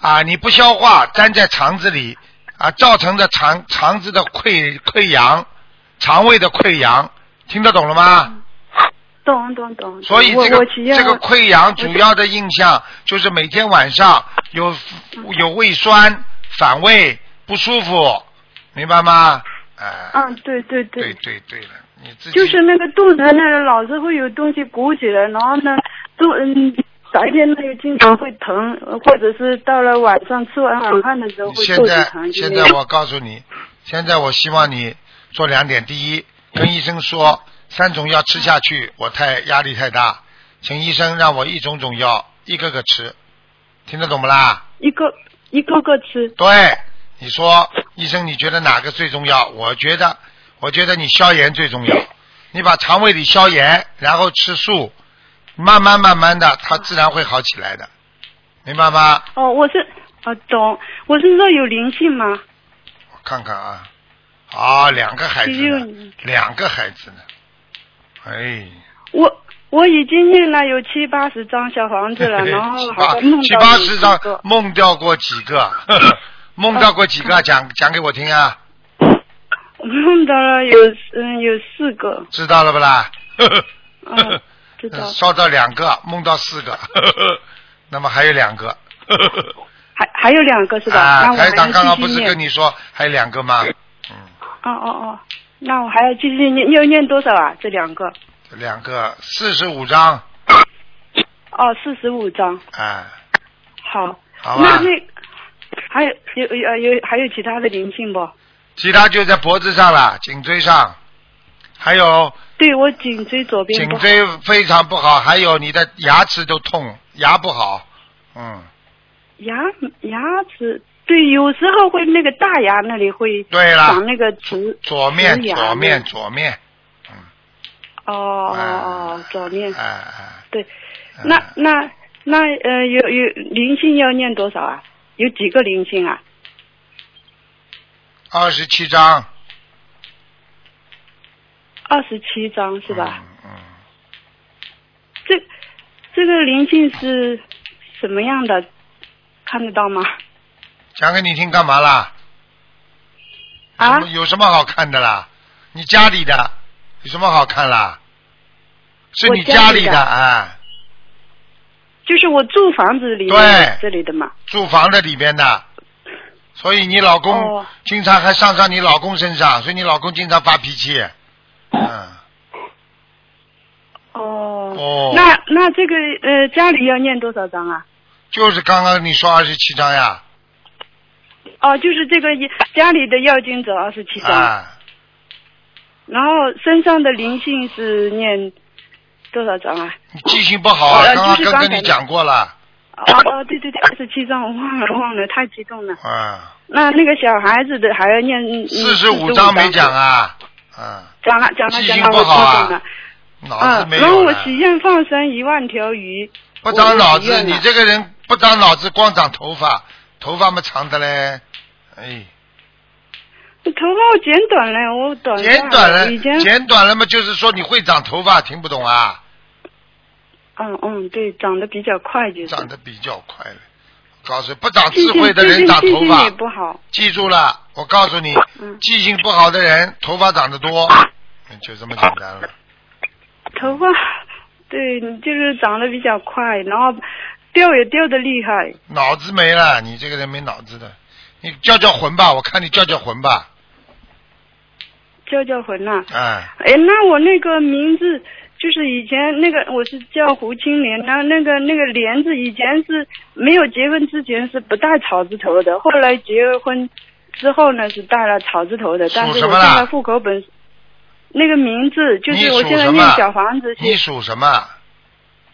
Speaker 1: 啊，你不消化，粘在肠子里啊，造成的肠肠子的溃溃疡，肠胃的溃疡，听得懂了吗？
Speaker 6: 懂懂懂。
Speaker 1: 所以这
Speaker 6: 我
Speaker 1: 个
Speaker 6: 我体验
Speaker 1: 这个溃疡主要的印象就是每天晚上有
Speaker 6: 嗯
Speaker 1: 有胃酸、反胃、不舒服，明白吗？哎、
Speaker 6: 嗯，对对
Speaker 1: 对对对了，你自己
Speaker 6: 就是那个肚子那儿老是会有东西鼓起来，然后呢，肚嗯白天呢又经常会疼，或者是到了晚上吃完晚饭的时候
Speaker 1: 你
Speaker 6: 会
Speaker 1: 现
Speaker 6: 肚子
Speaker 1: 在
Speaker 6: 疼。就
Speaker 1: 现
Speaker 6: 那
Speaker 1: 在
Speaker 6: 种
Speaker 1: 我告诉你，现在我希望你做两点：第一，跟医生说三种药吃下去，我太压力太大，请医生让我一种种药一个个吃，听得懂不啦？
Speaker 6: 一个一个个吃，
Speaker 1: 对，你说医生，你觉得哪个最重要？我觉得，我觉得你消炎最重要。你把肠胃里消炎，然后吃素，慢慢慢慢的，它自然会好起来的，明白吗？
Speaker 6: 哦，我是哦懂，我身上有灵性吗？
Speaker 1: 我看看啊，啊，两个孩子
Speaker 6: 哎呦
Speaker 1: 呢
Speaker 6: 你，
Speaker 1: 两个孩子呢，哎，
Speaker 6: 我我已经念了有七八十张小房
Speaker 1: *laughs*
Speaker 6: 子啊了，然后
Speaker 1: 七
Speaker 6: 好
Speaker 1: 八
Speaker 6: 像梦到
Speaker 1: 七八
Speaker 6: 有
Speaker 1: 十
Speaker 6: 几
Speaker 1: 张
Speaker 6: 个
Speaker 1: 梦掉过几个， *laughs* 呵呵梦到过几
Speaker 6: 嗯
Speaker 1: 个？讲讲给我听啊，
Speaker 6: 我梦到了有嗯有四个，
Speaker 1: 知道了不啦？呵呵呵呵 *laughs*
Speaker 6: 嗯，知道
Speaker 1: 呃。烧到两个，梦到四个， *laughs* 那么还有两个，
Speaker 6: 还还有两个是吧？那
Speaker 1: 啊，
Speaker 6: 我
Speaker 1: 台
Speaker 6: 还
Speaker 1: 长刚刚
Speaker 6: 要继
Speaker 1: 不
Speaker 6: 续
Speaker 1: 是
Speaker 6: 念。
Speaker 1: 跟你说还有两个吗？嗯，
Speaker 6: 哦哦哦，那我还要继续念，要念多少啊？这两个？
Speaker 1: 两个四十五张，
Speaker 6: 哦，四十五章。
Speaker 1: 啊，
Speaker 6: 好。
Speaker 1: 好啊
Speaker 6: 那
Speaker 1: 吧，
Speaker 6: 那还有有有有还有其他的灵性不？
Speaker 1: 其他就在脖子上了，颈椎上，还有
Speaker 6: 对我颈椎左边
Speaker 1: 颈
Speaker 6: 不好。
Speaker 1: 椎非常不好，还有你的牙齿都痛，牙不好，嗯，
Speaker 6: 牙牙齿对，有时候会那个大牙那里会
Speaker 1: 对了
Speaker 6: 长那个直
Speaker 1: 左面
Speaker 6: 直牙
Speaker 1: 左面
Speaker 6: 那
Speaker 1: 左面，
Speaker 6: 哦哦
Speaker 1: 啊
Speaker 6: 哦左面
Speaker 1: 哎哎，
Speaker 6: 对，
Speaker 1: 哎
Speaker 6: 那那那呃有有灵性要念多少啊？有几个灵性啊？
Speaker 1: 二十七张
Speaker 6: 二十七章是吧？？
Speaker 1: 嗯嗯。
Speaker 6: 这这个灵性是什么样的？看得到吗？
Speaker 1: 讲给你听干嘛啦？
Speaker 6: 啊
Speaker 1: 有什么有什么好看的啦？你家里的有什么好看啦？是
Speaker 6: 我
Speaker 1: 你
Speaker 6: 家里
Speaker 1: 里
Speaker 6: 的
Speaker 1: 啊，
Speaker 6: 就是我住房子里面
Speaker 1: 对
Speaker 6: 这里的嘛。
Speaker 1: 住房的里边的，所以你老公
Speaker 6: 哦
Speaker 1: 经常还上上你老公身上，所以你老公经常发脾气。嗯，
Speaker 6: 哦。
Speaker 1: 哦
Speaker 6: 那那这个呃，家里要念多少章啊？
Speaker 1: 就是刚刚你说二十七张呀，
Speaker 6: 哦，就是这个家里的要经者二十七章，
Speaker 1: 啊，
Speaker 6: 然后身上的灵性是念多少章啊？
Speaker 1: 你记性不好啊，
Speaker 6: 呃
Speaker 1: 刚刚
Speaker 6: 就是
Speaker 1: 跟
Speaker 6: 刚才
Speaker 1: 跟你讲过了，
Speaker 6: 哦哦，对对对，二十七章，我忘了忘了，太激动了。
Speaker 1: 啊，
Speaker 6: 那那个小孩子的还要念嗯
Speaker 1: 四十五
Speaker 6: 45
Speaker 1: 张没讲啊，嗯，
Speaker 6: 讲了讲了
Speaker 1: 记
Speaker 6: 讲
Speaker 1: 性
Speaker 6: 了，
Speaker 1: 不
Speaker 6: 我
Speaker 1: 好啊
Speaker 6: 激动了。嗯
Speaker 1: 脑子没有
Speaker 6: 然后我
Speaker 1: 了
Speaker 6: 许愿放生一万条鱼。
Speaker 1: 不长脑
Speaker 6: 我
Speaker 1: 子，
Speaker 6: 许愿
Speaker 1: 你
Speaker 6: 了
Speaker 1: 这个人不长脑子，光长头发，头发嘛长的嘞，哎，
Speaker 6: 头发我剪短了，我短发
Speaker 1: 剪短了
Speaker 6: 以前，
Speaker 1: 剪短了嘛，就是说你会长头发，听不懂啊？
Speaker 6: 嗯嗯，对，长得比较快就是。
Speaker 1: 长得比较快了。告诉不长
Speaker 6: 记
Speaker 1: 智慧
Speaker 6: 性
Speaker 1: 的
Speaker 6: 最
Speaker 1: 人
Speaker 6: 近
Speaker 1: 长
Speaker 6: 记
Speaker 1: 头
Speaker 6: 性
Speaker 1: 发
Speaker 6: 也，不好，
Speaker 1: 记住了，我告诉你，
Speaker 6: 嗯
Speaker 1: 记性不好的人头发长得多，嗯就这么简单了。
Speaker 6: 头发 *laughs* 对就是长得比较快，然后掉也掉的厉害。
Speaker 1: 脑子没了，你这个人没脑子的，你叫叫魂吧，我看你叫叫魂吧，
Speaker 6: 叫叫魂呐、
Speaker 1: 哎，
Speaker 6: 哎，那我那个名字就是以前那个我是叫胡青莲，然后那个那个莲字以前是没有结婚之前是不带草字头的，后来结了婚之后呢是带了草字头的，但
Speaker 1: 属
Speaker 6: 是
Speaker 1: 什
Speaker 6: 我
Speaker 1: 么
Speaker 6: 现
Speaker 1: 啦
Speaker 6: 在户口本那个名字就
Speaker 1: 你
Speaker 6: 是我
Speaker 1: 属
Speaker 6: 现在
Speaker 1: 什
Speaker 6: 念
Speaker 1: 么
Speaker 6: 小房子
Speaker 1: 你
Speaker 6: 写
Speaker 1: 属什么？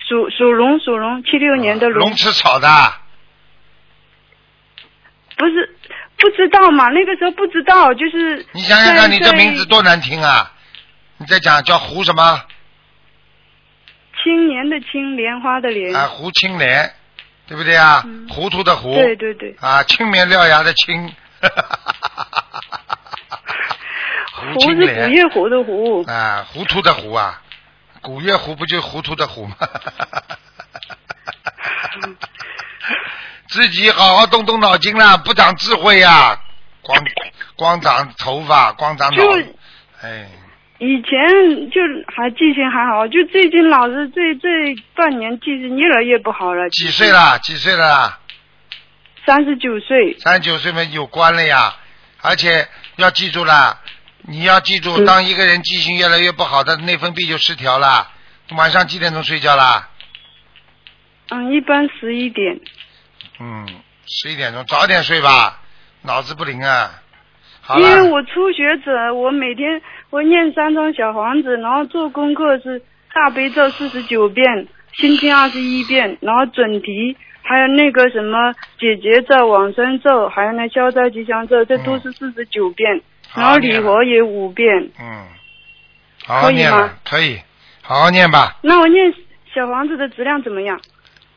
Speaker 6: 属属龙属龙七六年的
Speaker 1: 啊龙吃草的，
Speaker 6: 不是不知道嘛，那个时候不知道就是
Speaker 1: 你想想看，
Speaker 6: 在
Speaker 1: 你这
Speaker 6: 在
Speaker 1: 名字多难听啊！你再讲叫胡什么？啊、
Speaker 6: 青年的青莲花的莲，
Speaker 1: 啊胡青莲，对不对啊？糊涂的糊，
Speaker 6: 嗯对对对。
Speaker 1: 啊，青面獠牙的青， *laughs* 胡
Speaker 6: *laughs* 胡
Speaker 1: 青
Speaker 6: 是古
Speaker 1: 莲
Speaker 6: 月胡的胡，
Speaker 1: 啊，糊涂的糊啊，古月胡不就糊涂的糊吗？自己好好动动脑筋啦，不长智慧呀、光光长头发，光长脑
Speaker 6: 就，
Speaker 1: 哎，
Speaker 6: 以前就还记性还好，就最近老是这这半年记性越来越不好了。
Speaker 1: 几岁？啦？几岁了啦？
Speaker 6: 三十九岁。
Speaker 1: 三十九岁嘛有关了呀，而且要记住啦，你要记住，
Speaker 6: 嗯
Speaker 1: 当一个人记性越来越不好，他的内分泌就失调啦。晚上几点钟睡觉啦？
Speaker 6: 嗯，一般十一点。
Speaker 1: 嗯，十一点钟，早点睡吧，脑子不灵啊。好
Speaker 6: 因为
Speaker 1: 了，
Speaker 6: 我初学者，我每天我念三张小房子，然后做功课是大悲咒四十九遍，心经二十一遍，然后准提，还有那个什么解结咒、往生咒，还有那消灾吉祥咒，这都是四十九遍，
Speaker 1: 嗯好
Speaker 6: 然后礼
Speaker 1: 念了
Speaker 6: 佛也五遍。
Speaker 1: 嗯，好好
Speaker 6: 可以
Speaker 1: 念了
Speaker 6: 吗，
Speaker 1: 可以，好好念吧。
Speaker 6: 那我念小房子的质量怎么样？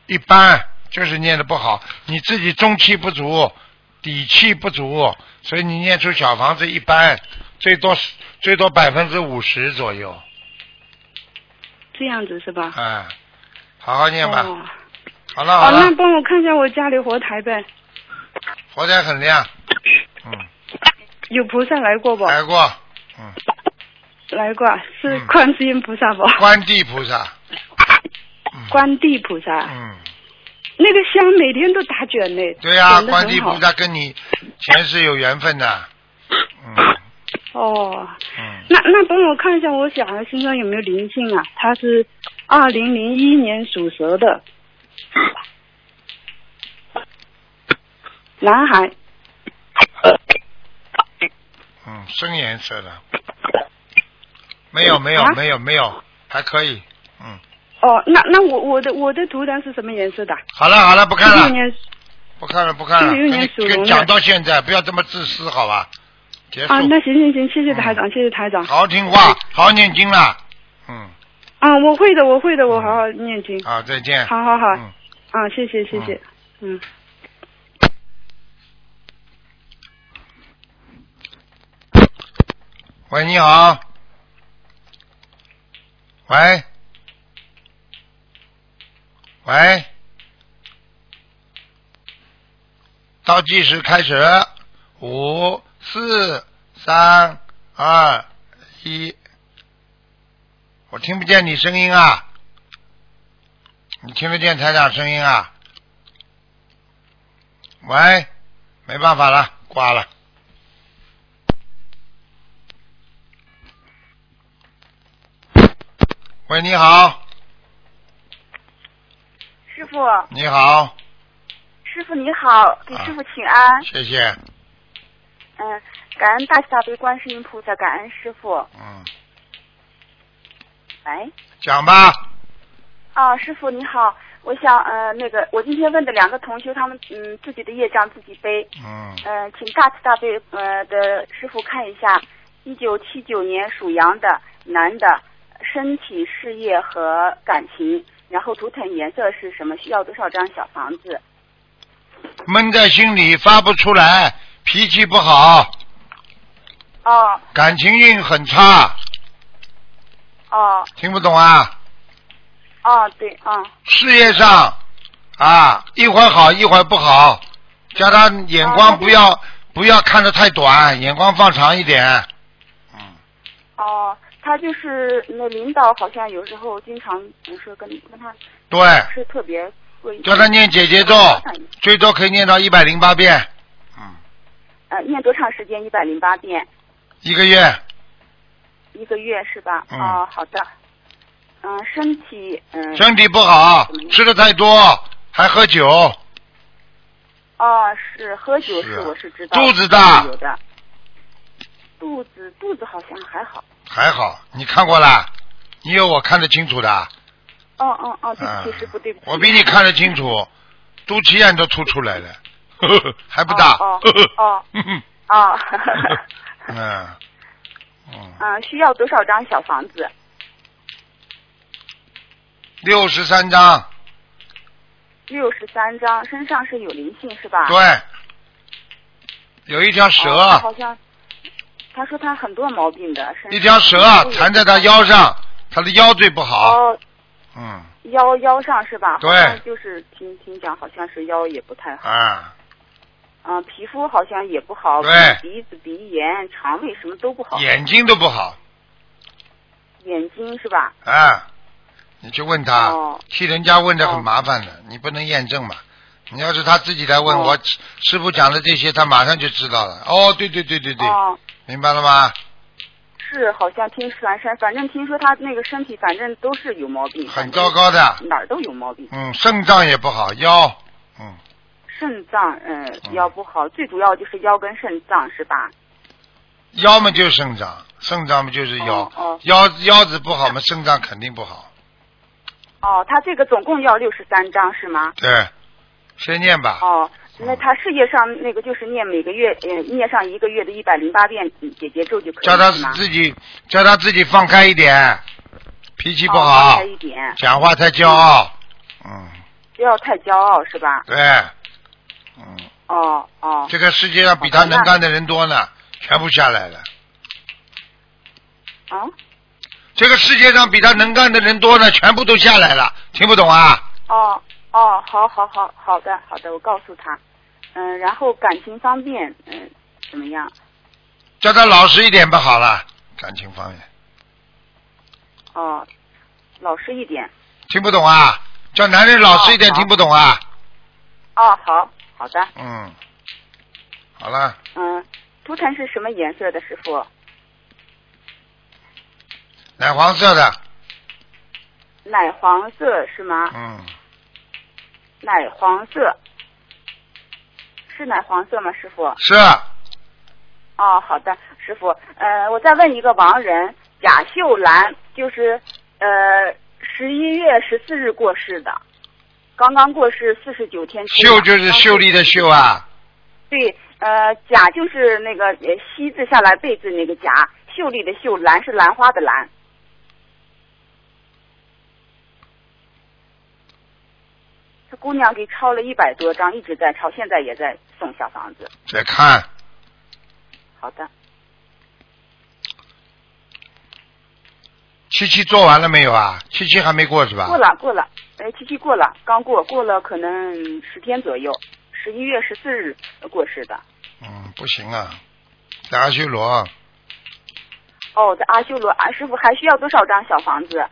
Speaker 1: 一般就是念的不好，你自己中气不足，底气不足，所以你念出小房子一般，最多最多百分之五十左右。
Speaker 6: 这样子是吧？
Speaker 1: 哎，好好念吧。
Speaker 6: 哦
Speaker 1: 好了
Speaker 6: 哦
Speaker 1: 好，了
Speaker 6: 那，帮我看一下我家里佛台呗，
Speaker 1: 佛台很亮，嗯，
Speaker 6: 有菩萨来过不？
Speaker 1: 来过，嗯，
Speaker 6: 来过啊，是
Speaker 1: 嗯
Speaker 6: 观世音菩萨不？
Speaker 1: 观地菩萨，嗯
Speaker 6: 观地菩萨，
Speaker 1: 嗯，
Speaker 6: 那个香每天都打卷呢。
Speaker 1: 对呀、
Speaker 6: 卷得很
Speaker 1: 观地菩
Speaker 6: 好。
Speaker 1: 萨跟你前世有缘分的，嗯
Speaker 6: 哦，
Speaker 1: 嗯，
Speaker 6: 那那帮我看一下我小孩身上有没有灵性啊？他是二零零一年属蛇的男孩，
Speaker 1: 嗯，深颜色
Speaker 6: *laughs*
Speaker 1: 的，没有没有
Speaker 6: 啊
Speaker 1: 没有没有，还可以，嗯，
Speaker 6: 哦，那那我我的我的图腾是什么颜色的？
Speaker 1: 好了好了，不看
Speaker 6: 六
Speaker 1: 了
Speaker 6: 年
Speaker 1: 不看了不看了，
Speaker 6: 76
Speaker 1: 跟你
Speaker 6: 年属
Speaker 1: 跟
Speaker 6: 龙的
Speaker 1: 讲到现在，不要这么自私好吧，结束，
Speaker 6: 啊，那行行行，谢谢台长，谢谢台长。
Speaker 1: 嗯好好听话，好好念经啦，嗯，
Speaker 6: 啊，我会的，我会的，我好好念经。
Speaker 1: 好啊再见，
Speaker 6: 好好好，
Speaker 1: 嗯。
Speaker 6: 啊，谢谢谢谢，嗯。
Speaker 1: 喂，你好。喂，喂，倒计时开始，五、四、三、二、一。我听不见你声音啊！你听得见台长声音啊？喂，没办法了，挂了。喂，你好，
Speaker 3: 师傅，
Speaker 1: 你好，
Speaker 3: 师傅你好，给
Speaker 1: 啊
Speaker 3: 师傅请安。
Speaker 1: 谢谢，
Speaker 3: 嗯、感恩大慈大悲观世音菩萨，感恩师傅。
Speaker 1: 嗯，
Speaker 3: 喂，
Speaker 1: 讲吧，
Speaker 3: 啊，师傅你好，我想呃那个，我今天问的两个同学，他们嗯自己的业障自己背，
Speaker 1: 嗯，
Speaker 3: 呃，请大慈大悲呃的师傅看一下，一九七九年属羊的男的，身体、事业和感情，然后图腾颜色是什么？需要多少张小房子？
Speaker 1: 闷在心里发不出来，脾气不好，
Speaker 3: 哦
Speaker 1: 感情运很差，
Speaker 3: 哦
Speaker 1: 听不懂啊？
Speaker 3: 哦，对，啊、
Speaker 1: 事业上啊，一会儿好一会儿不好，叫他眼光不要、不要看得太短，眼光放长一点。嗯，
Speaker 3: 哦，他就是那领导，好像有时候经常不是跟跟他
Speaker 1: 对，
Speaker 3: 不是特别会。
Speaker 1: 哎叫他念姐姐咒，最多可以念到一百零八遍。嗯，
Speaker 3: 呃，念多长时间？一百零八遍，
Speaker 1: 一个月
Speaker 3: 一个月是吧？
Speaker 1: 嗯
Speaker 3: 哦，好的。嗯、身体嗯。
Speaker 1: 身体不好，吃的太多，还喝酒，
Speaker 3: 哦，是喝酒
Speaker 1: 是
Speaker 3: 是
Speaker 1: 啊
Speaker 3: 我是知道
Speaker 1: 肚子大
Speaker 3: 有的，肚子肚子好像还好。
Speaker 1: 还好你看过啦，你有我看得清楚的。
Speaker 3: 哦哦哦，对
Speaker 1: 啊
Speaker 3: 不起，师傅，对不起。
Speaker 1: 我比你看得清楚，肚脐眼都凸出来
Speaker 3: *laughs*
Speaker 1: 了，呵呵还不大。
Speaker 3: 哦
Speaker 1: 呵呵
Speaker 3: 哦
Speaker 1: 呵呵
Speaker 3: 哦。
Speaker 1: *laughs* 嗯嗯，
Speaker 3: 嗯，需要多少张小房子？
Speaker 1: 六十三张，
Speaker 3: 六十三张，身上是有灵性是吧？
Speaker 1: 对，有一条蛇，
Speaker 3: 啊哦好像他说他很多毛病的，身上
Speaker 1: 一条蛇啊缠在他腰上，他的腰最不好。
Speaker 3: 嗯哦，
Speaker 1: 嗯
Speaker 3: 腰腰上是吧？
Speaker 1: 对
Speaker 3: 好像就是听听讲，好像是腰也不太好，
Speaker 1: 啊，
Speaker 3: 嗯、皮肤好像也不好，
Speaker 1: 对
Speaker 3: 鼻子、鼻炎、肠胃什么都不好，
Speaker 1: 眼睛都不好
Speaker 3: 眼睛是吧？
Speaker 1: 啊，你去问他，
Speaker 3: 哦
Speaker 1: 替人家问的很
Speaker 3: 哦
Speaker 1: 麻烦的，你不能验证嘛。你要是他自己来问
Speaker 3: 哦
Speaker 1: 我，师傅讲的这些，他马上就知道了。哦，对对对对对，
Speaker 3: 哦，
Speaker 1: 明白了吗？
Speaker 3: 是，好像听传山，反正听说他那个身体，反正都是有毛病，
Speaker 1: 很糟，糕的，
Speaker 3: 哪儿都有毛病，
Speaker 1: 嗯，肾脏也不好，腰，嗯，
Speaker 3: 肾脏，嗯、
Speaker 1: 嗯
Speaker 3: 腰不好，最主要就是腰跟肾脏是吧？
Speaker 1: 腰嘛就是肾脏，肾脏嘛就是腰，
Speaker 3: 哦哦
Speaker 1: 腰腰子不好嘛，肾脏肯定不好，
Speaker 3: 哦，他这个总共要六十三张是吗？
Speaker 1: 对，先念吧，
Speaker 3: 哦，那他事业上那个就是念每个月呃念上一个月的一百零八遍姐姐咒就可以
Speaker 1: 叫他
Speaker 3: 是吗？
Speaker 1: 自己叫他自己放开一点，脾气不
Speaker 3: 哦放
Speaker 1: 好，
Speaker 3: 开一点，
Speaker 1: 讲话太骄傲，嗯，
Speaker 3: 不要太骄傲是吧？
Speaker 1: 对，嗯，
Speaker 3: 哦哦
Speaker 1: 这个世界上比他能干的人多呢，全部下来了，
Speaker 3: 啊
Speaker 1: 这个世界上比他能干的人多呢，全部都下来了，听不懂啊？
Speaker 3: 哦哦，好好好好的好的，我告诉他。嗯，然后感情方面，嗯，怎么样？
Speaker 1: 叫他老实一点不好了，感情方面。
Speaker 3: 哦，老实一点。
Speaker 1: 听不懂啊？叫男人老实一点，
Speaker 3: 哦好
Speaker 1: 听不懂啊？
Speaker 3: 哦，好好的。
Speaker 1: 嗯，好了，
Speaker 3: 嗯，图腾是什么颜色的，师傅？
Speaker 1: 奶黄色的，
Speaker 3: 奶黄色是吗？
Speaker 1: 嗯，
Speaker 3: 奶黄色，是奶黄色吗，师傅？
Speaker 1: 是啊
Speaker 3: 哦，好的，师傅。呃，我再问一个亡人，贾秀兰，就是呃十一月十四日过世的，刚刚过世四十九天之内。
Speaker 1: 秀就是秀丽的秀啊，
Speaker 3: 对，呃，贾就是那个呃西字下来贝字那个贾，秀丽的秀，兰是兰花的兰。这姑娘给抄了一百多张，一直在抄，现在也在送小房子。
Speaker 1: 再看
Speaker 3: 好的，
Speaker 1: 七七做完了没有啊？七七还没过是吧？
Speaker 3: 过了过了，呃，七七过了，刚过，过了可能十天左右，十一月十四日过世的。
Speaker 1: 嗯，不行啊，在阿修罗
Speaker 3: 哦，在阿修罗，啊，师傅还需要多少张小房子？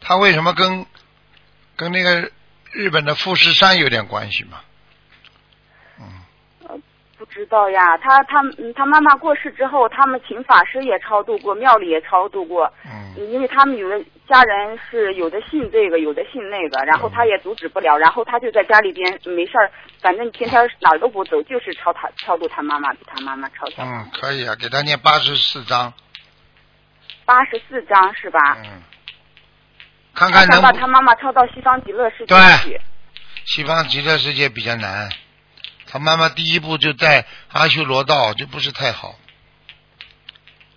Speaker 1: 他为什么跟跟那个日本的富士山有点关系嘛？
Speaker 3: 不知道呀，他他嗯他妈妈过世之后，他们请法师也超度过，庙里也超度过，
Speaker 1: 嗯，
Speaker 3: 因为他们有的家人是有的信这个，有的信那个，然后
Speaker 1: 嗯
Speaker 3: 他也阻止不了，然后他就在家里边没事儿，反正天天哪儿都不走，就是超他超度他妈妈，给他妈妈超度
Speaker 1: 嗯，可以啊，给他念八十四章，
Speaker 3: 八十四张是吧？
Speaker 1: 嗯，看
Speaker 3: 他
Speaker 1: 看
Speaker 3: 想
Speaker 1: 能
Speaker 3: 把他妈妈超到西方极乐世界
Speaker 1: 对
Speaker 3: 去。
Speaker 1: 西方极乐世界比较难，他妈妈第一步就在阿修罗道，就不是太好。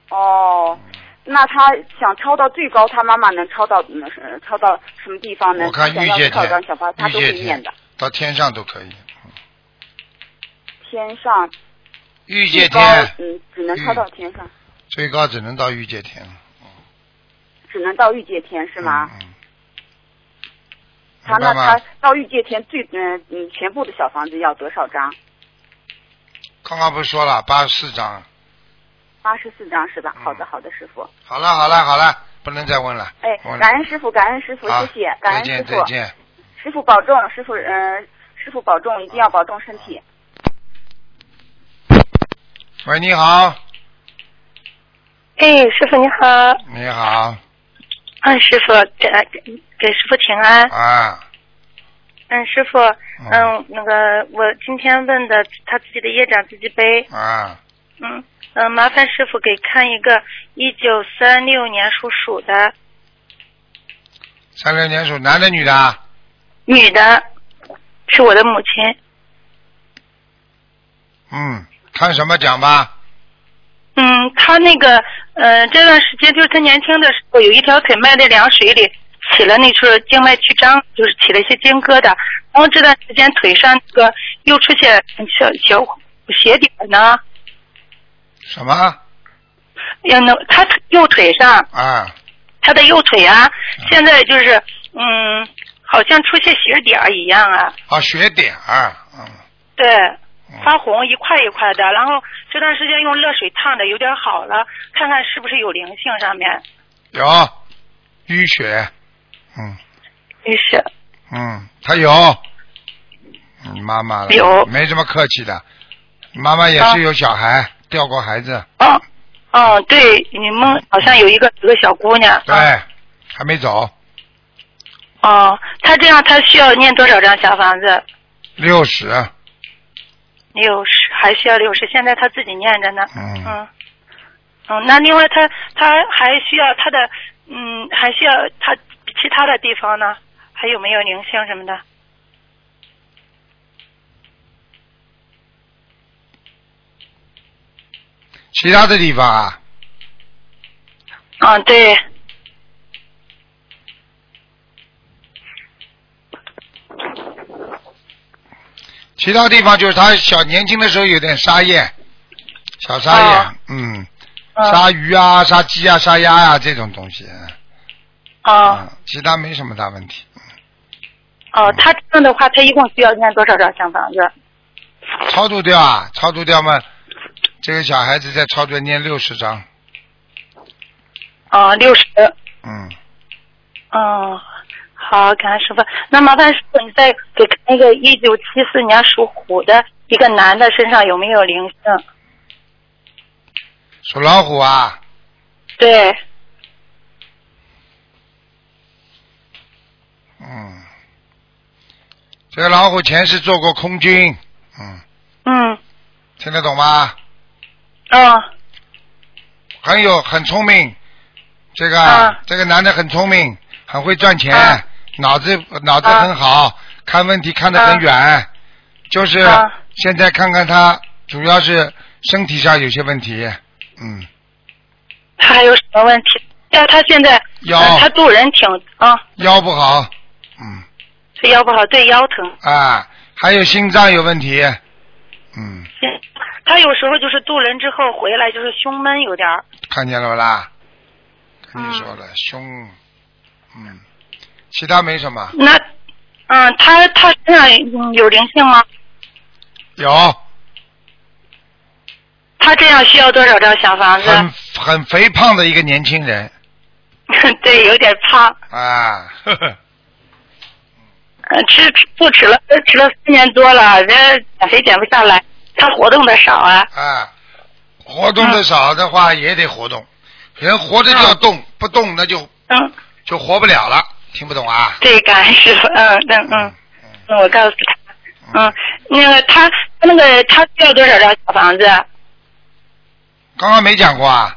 Speaker 3: 哦，那他想超到最高，他妈妈能超到嗯是超到什么地方呢？
Speaker 1: 我看
Speaker 3: 啊想
Speaker 1: 御
Speaker 3: 要
Speaker 1: 界
Speaker 3: 多少张小房
Speaker 1: 天，
Speaker 3: 他
Speaker 1: 御
Speaker 3: 都
Speaker 1: 界
Speaker 3: 会念
Speaker 1: 天
Speaker 3: 的。
Speaker 1: 到天上都可以，
Speaker 3: 天上
Speaker 1: 御
Speaker 3: 最
Speaker 1: 界
Speaker 3: 高
Speaker 1: 天嗯
Speaker 3: 嗯，只能超到天上，
Speaker 1: 最高只能到御界天，
Speaker 3: 只只能到御界天是吗？
Speaker 1: 嗯嗯嗯
Speaker 3: 他
Speaker 1: 明白
Speaker 3: 那
Speaker 1: 吗
Speaker 3: 他？到御界天最嗯嗯全部的小房子要多少张？
Speaker 1: 刚刚不是说了八十四张，
Speaker 3: 八十四张是吧？好的
Speaker 1: 嗯
Speaker 3: 好的，师傅。
Speaker 1: 好了好了好了，不能再问了。
Speaker 3: 哎
Speaker 1: 问，了
Speaker 3: 感恩师傅，感恩师傅，
Speaker 1: 好
Speaker 3: 谢谢，
Speaker 1: 再
Speaker 3: 感恩
Speaker 1: 见
Speaker 3: 师
Speaker 1: 再
Speaker 3: 傅，
Speaker 1: 见。
Speaker 3: 师傅保重，师傅嗯、师傅保重，一定要保重身体。
Speaker 1: 喂，你好，
Speaker 7: 哎，师傅你好，
Speaker 1: 你好
Speaker 7: 嗯，师傅给给给师傅请安，
Speaker 1: 啊，
Speaker 7: 嗯，师傅，
Speaker 1: 哦
Speaker 7: 嗯，那个我今天问的他自己的业障自己背，
Speaker 1: 啊，
Speaker 7: 嗯嗯，麻烦师傅给看一个一九三六年属鼠的
Speaker 1: 三六年属男的女的啊？
Speaker 7: 女的，是我的母亲，
Speaker 1: 嗯，看什么讲吧？
Speaker 7: 嗯，她那个呃这段时间就是她年轻的时候有一条腿迈在凉水里。起了那处静脉曲张，就是起了一些尖疙瘩，然后这段时间腿上那个又出现小小血点儿呢，
Speaker 1: 什么？
Speaker 7: 要能他腿右腿上，
Speaker 1: 啊，
Speaker 7: 他的右腿啊，现在就是嗯，好像出现血点儿一样啊，
Speaker 1: 啊，血点儿，嗯
Speaker 7: 对，
Speaker 1: 嗯，
Speaker 7: 发红一块一块的，然后这段时间用热水烫的有点好了，看看是不是有灵性上面
Speaker 1: 有淤血，嗯
Speaker 7: 没事，
Speaker 1: 嗯，他有，你妈妈了
Speaker 7: 有
Speaker 1: 没什么客气的，你妈妈也
Speaker 7: 啊
Speaker 1: 是有小孩，掉过孩子，
Speaker 7: 嗯嗯，对你们好像有一个有个小姑娘，
Speaker 1: 对，还没走，
Speaker 7: 哦，她这样她需要念多少张小房子？
Speaker 1: 六十，
Speaker 7: 六十，还需要六十，现在她自己念着呢。
Speaker 1: 嗯，
Speaker 7: 嗯，嗯，那另外他他还需要他的嗯，还需要他其他的地方呢？还有没有灵性什么的？
Speaker 1: 其他的地方啊，
Speaker 7: 嗯，对，
Speaker 1: 其他地方就是他小年轻的时候有点沙叶，小沙叶，
Speaker 7: 哦
Speaker 1: 嗯，
Speaker 7: 嗯，
Speaker 1: 杀鱼啊、杀鸡啊、杀鸭呀、这种东西，
Speaker 7: 哦
Speaker 1: 嗯，其他没什么大问题。
Speaker 7: 哦，他这样的话，他一共需要念多少张小房子？
Speaker 1: 超度掉啊，超度掉嘛，这个小孩子在超度念六十章，
Speaker 7: 哦，六十。
Speaker 1: 嗯，
Speaker 7: 哦，好，感恩师傅。那麻烦师傅，你再给看一个一九七四年属虎的一个男的身上有没有灵性？
Speaker 1: 属老虎啊，
Speaker 7: 对，
Speaker 1: 嗯，这个老虎前世做过空军，嗯，
Speaker 7: 嗯，
Speaker 1: 听得懂吗？
Speaker 7: 哦，
Speaker 1: 很有很聪明，这个、
Speaker 7: 啊
Speaker 1: 这个男的很聪明，很会赚钱，
Speaker 7: 啊
Speaker 1: 脑子脑子
Speaker 7: 啊
Speaker 1: 很好，看问题看得很远，就是、
Speaker 7: 啊
Speaker 1: 现在看看他主要是身体上有些问题，嗯，
Speaker 7: 他还有什么问题？要他现在，
Speaker 1: 腰
Speaker 7: 呃他渡人挺啊。
Speaker 1: 腰不好，嗯
Speaker 7: 这腰不好，对腰疼。
Speaker 1: 啊，还有心脏有问题，嗯，
Speaker 7: 他有时候就是渡人之后回来就是胸闷有点儿。
Speaker 1: 看见了不啦？跟你说了，胸，嗯，其他没什么，
Speaker 7: 那，嗯，他他身上嗯有灵性吗？
Speaker 1: 有
Speaker 7: 他这样需要多少张小房子？
Speaker 1: 很很肥胖的一个年轻人。
Speaker 7: *laughs* 对，有点胖，
Speaker 1: 啊，呵呵，
Speaker 7: 呃、吃吃不吃了，呃吃了三年多了，这减肥减不下来，他活动的少啊。
Speaker 1: 啊，活动的少的话也得活动，人活着就要动，不动那就
Speaker 7: 嗯，
Speaker 1: 就活不了了。听不懂啊？
Speaker 7: 对，感恩师傅， *laughs* 嗯嗯嗯，
Speaker 1: 嗯
Speaker 7: 那我告诉他，嗯，那个他他那个他需要多少张小房子？
Speaker 1: 刚刚没讲过啊，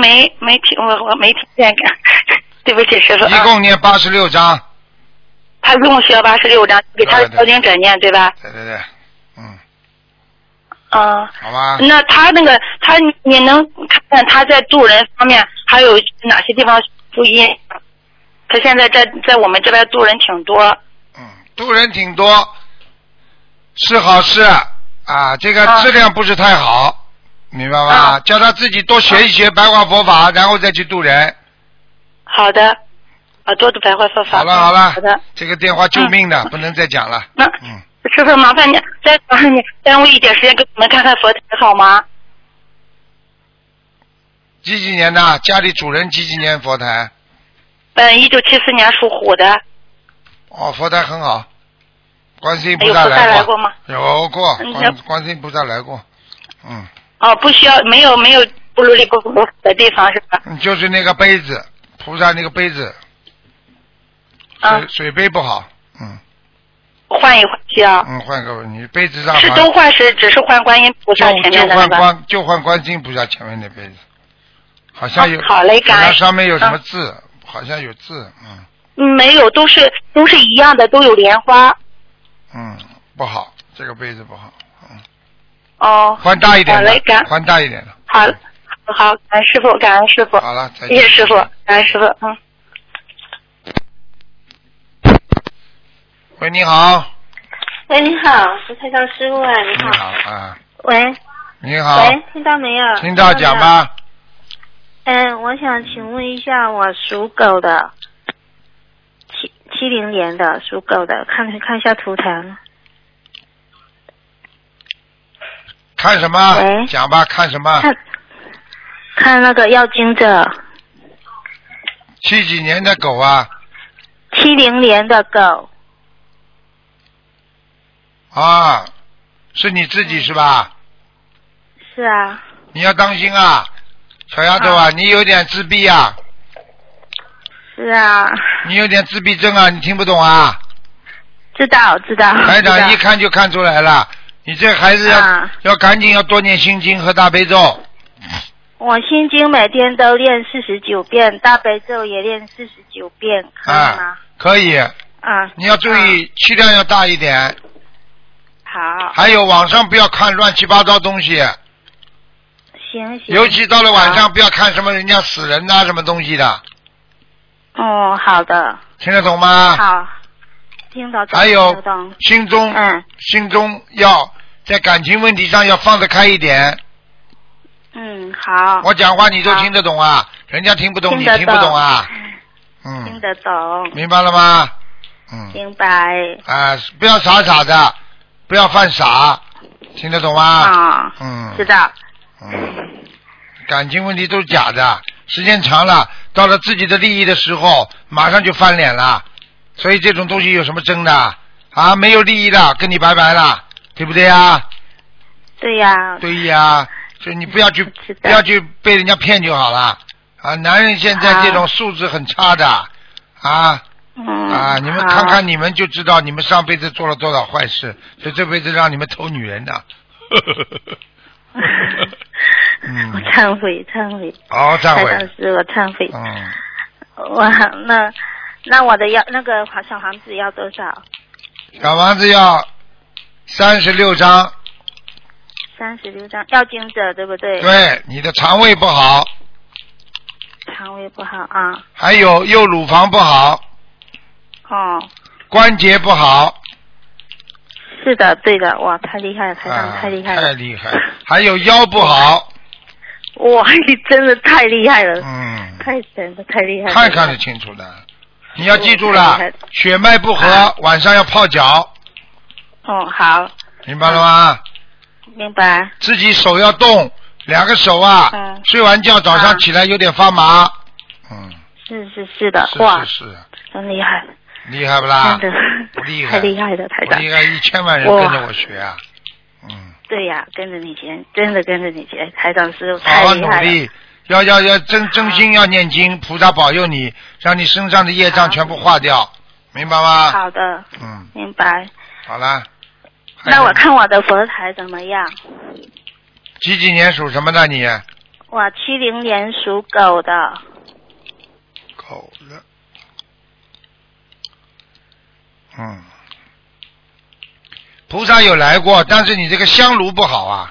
Speaker 7: 没没听我我没听见，感 *laughs* 对不起师傅。
Speaker 1: 一
Speaker 7: 嗯
Speaker 1: 共念八十六章。
Speaker 7: 他一共需要八十六张，给他的
Speaker 1: 对对
Speaker 7: 小经者念，对吧？
Speaker 1: 对对对，嗯，
Speaker 7: 嗯，
Speaker 1: 好吧。
Speaker 7: 那他那个他，你能看看他在渡人方面还有哪些地方注意？他现在在在我们这边渡人挺多，
Speaker 1: 嗯，渡人挺多，是好事啊，这个
Speaker 7: 啊
Speaker 1: 质量不是太好，明白吗？
Speaker 7: 啊
Speaker 1: 叫他自己多学一学白话佛法，然后再去渡人，
Speaker 7: 好的，啊，多读白话佛法。
Speaker 1: 好了好了，
Speaker 7: 好的，
Speaker 1: 这个电话救命
Speaker 7: 啊
Speaker 1: 的，不能再讲了。
Speaker 7: 那
Speaker 1: 嗯，
Speaker 7: 师傅麻烦你再麻烦你耽误一点时间给我们看看佛台好吗？
Speaker 1: 几几年的？家里主人几几年佛台？
Speaker 7: 嗯，一九七四年属虎的，
Speaker 1: 哦，佛台很好，观世音
Speaker 7: 哎
Speaker 1: 菩
Speaker 7: 有菩
Speaker 1: 萨
Speaker 7: 萨来
Speaker 1: 过
Speaker 7: 过，吗？
Speaker 1: 有过，
Speaker 7: 嗯
Speaker 1: 观
Speaker 7: 要
Speaker 1: 观世音菩萨来过，嗯，
Speaker 7: 哦，不需要，没有没有布鲁利布鲁的地方是吧？
Speaker 1: 嗯就是那个杯子，菩萨那个杯子，
Speaker 7: 啊
Speaker 1: 水，水杯不好，嗯
Speaker 7: 换一换需要。
Speaker 1: 嗯，换个你杯子上好
Speaker 7: 啊是
Speaker 1: 像
Speaker 7: 都换是只是换观音菩萨
Speaker 1: 就
Speaker 7: 前
Speaker 1: 就
Speaker 7: 面的是
Speaker 1: 换
Speaker 7: 吧？
Speaker 1: 观就换观世音菩萨前面那杯子，好像有，
Speaker 7: 啊好嘞感恩啊
Speaker 1: 好像上面有什么字，好像有字，嗯
Speaker 7: 嗯，没有，都是都是一样的，都有莲花。
Speaker 1: 嗯，不好，这个杯子不好，嗯，
Speaker 7: 哦，
Speaker 1: 换大一点
Speaker 7: 好嘞感
Speaker 1: 的，换大一点的，
Speaker 7: 好，好，感恩师傅，感恩师傅，
Speaker 1: 好了，再
Speaker 7: 谢
Speaker 1: 见，
Speaker 7: 谢师傅，感恩师傅，嗯。
Speaker 1: 喂，你好，
Speaker 8: 喂，你好，石台上师傅啊，你
Speaker 1: 你
Speaker 8: 好。
Speaker 1: 好啊，
Speaker 8: 喂
Speaker 1: 你好，
Speaker 8: 喂，听到没有？
Speaker 1: 听到讲
Speaker 8: 没有？
Speaker 1: 吧，
Speaker 8: 嗯，我想请问一下，我属狗的，七七零年的属狗的，看看一下图腾。
Speaker 1: 看什么？
Speaker 8: 喂
Speaker 1: 讲吧，看什么？
Speaker 8: 看看那个要经者，
Speaker 1: 七几年的狗啊
Speaker 8: 七零年的狗，
Speaker 1: 啊，是你自己是吧？
Speaker 8: 是啊，
Speaker 1: 你要当心啊，小丫头啊，你有点自闭啊，
Speaker 8: 是啊，
Speaker 1: *laughs* 你有点自闭症啊，你听不懂啊？
Speaker 8: 知道知道。
Speaker 1: 台
Speaker 8: 知道
Speaker 1: 长一看就看出来了，你这孩子要、
Speaker 8: 啊
Speaker 1: 要赶紧要多念心经和大悲咒，
Speaker 8: 我心经每天都练四十九遍，大悲咒也练四十九遍，可以
Speaker 1: 啊
Speaker 8: 吗？
Speaker 1: 可以，
Speaker 8: 啊，
Speaker 1: 你要注意气量要大一点，
Speaker 8: 好，
Speaker 1: 还有网上不要看乱七八糟东西，
Speaker 8: 行行。
Speaker 1: 尤其到了晚上不要看什么人家死人呐、什么东西的，
Speaker 8: 哦，好的，
Speaker 1: 听得懂吗？
Speaker 8: 好，听得懂，
Speaker 1: 啊还有
Speaker 8: 听得懂，
Speaker 1: 心中、
Speaker 8: 嗯
Speaker 1: 心中要在感情问题上要放得开一点。
Speaker 8: 嗯，好，
Speaker 1: 我讲话你都
Speaker 8: 好
Speaker 1: 听得懂啊，人家听不懂你
Speaker 8: 听得
Speaker 1: 听不懂啊。
Speaker 8: 听
Speaker 1: 嗯，
Speaker 8: 得懂，
Speaker 1: 明白了吗？嗯
Speaker 8: 明白
Speaker 1: 啊，不要傻傻的，不要犯傻，听得懂吗？
Speaker 8: 啊，
Speaker 1: 嗯，
Speaker 8: 知道，
Speaker 1: 嗯，感情问题都是假的，时间长了，到了自己的利益的时候，马上就翻脸了。所以这种东西有什么争的啊？没有利益的，跟你拜拜了，对不对啊？
Speaker 8: 对呀， *laughs*
Speaker 1: 对呀，所以你不要去
Speaker 8: 知道
Speaker 1: 不要去被人家骗就好了啊！男人现在这种
Speaker 8: 好
Speaker 1: 素质很差的啊
Speaker 8: 啊嗯，
Speaker 1: 啊！你们
Speaker 8: 好
Speaker 1: 看看，你们就知道你们上辈子做了多少坏事，所以这辈子让你们偷女人
Speaker 8: *laughs*
Speaker 1: 的。嗯
Speaker 8: 我忏悔，忏悔，
Speaker 1: 好，忏
Speaker 8: 蔡
Speaker 1: 悔
Speaker 8: 老。师，我忏悔，
Speaker 1: 嗯，
Speaker 8: 我那那我的要那个小房子要多少？
Speaker 1: 小房子要三十六张。
Speaker 8: 三十六张，要经者对不对？，
Speaker 1: 对，你的肠胃不好，
Speaker 8: 肠胃不好啊，
Speaker 1: 还有右乳房不好，
Speaker 8: 哦，
Speaker 1: 关节不好，
Speaker 8: 是的，对的，哇，太厉害了，台长
Speaker 1: 啊
Speaker 8: 太厉害了，
Speaker 1: 厉害还有腰不好，
Speaker 8: 哇，你真的太厉害了，
Speaker 1: 嗯，
Speaker 8: 太神了，太厉害了！
Speaker 1: 看看得清楚的。你要记住了
Speaker 8: 我啊看看，
Speaker 1: 血脉不和，晚上要泡脚，
Speaker 8: 哦，好，
Speaker 1: 明白了
Speaker 8: 啊
Speaker 1: 吗？
Speaker 8: 明白。
Speaker 1: 自己手要动，两个手啊
Speaker 8: 嗯，
Speaker 1: 睡完觉早上
Speaker 8: 嗯
Speaker 1: 起来有点发麻。嗯，
Speaker 8: 是是是的，
Speaker 1: 是
Speaker 8: 哇
Speaker 1: 是，是，
Speaker 8: 真厉害，
Speaker 1: 厉害不啦？
Speaker 8: 真的
Speaker 1: 不厉害，
Speaker 8: 太厉害了，台
Speaker 1: 我
Speaker 8: 长。
Speaker 1: 厉害，一千万人
Speaker 8: 哇
Speaker 1: 跟着我学啊。嗯，
Speaker 8: 对呀、跟着你学，真的跟着你学，台长师傅
Speaker 1: 好
Speaker 8: 太
Speaker 1: 好
Speaker 8: 厉
Speaker 1: 努
Speaker 8: 害了。
Speaker 1: 力，要要要真真心要念经，菩萨保佑你，让你身上的业障
Speaker 8: 好
Speaker 1: 全部化掉，明白吗？
Speaker 8: 好的，
Speaker 1: 啊嗯，
Speaker 8: 明白。
Speaker 1: 好啦。还
Speaker 8: 那
Speaker 1: 有
Speaker 8: 我看我的佛台怎么样？
Speaker 1: 几几年属什么的你？
Speaker 8: 我七零年属狗的，
Speaker 1: 狗的。嗯，菩萨有来过，但是你这个香炉不好啊，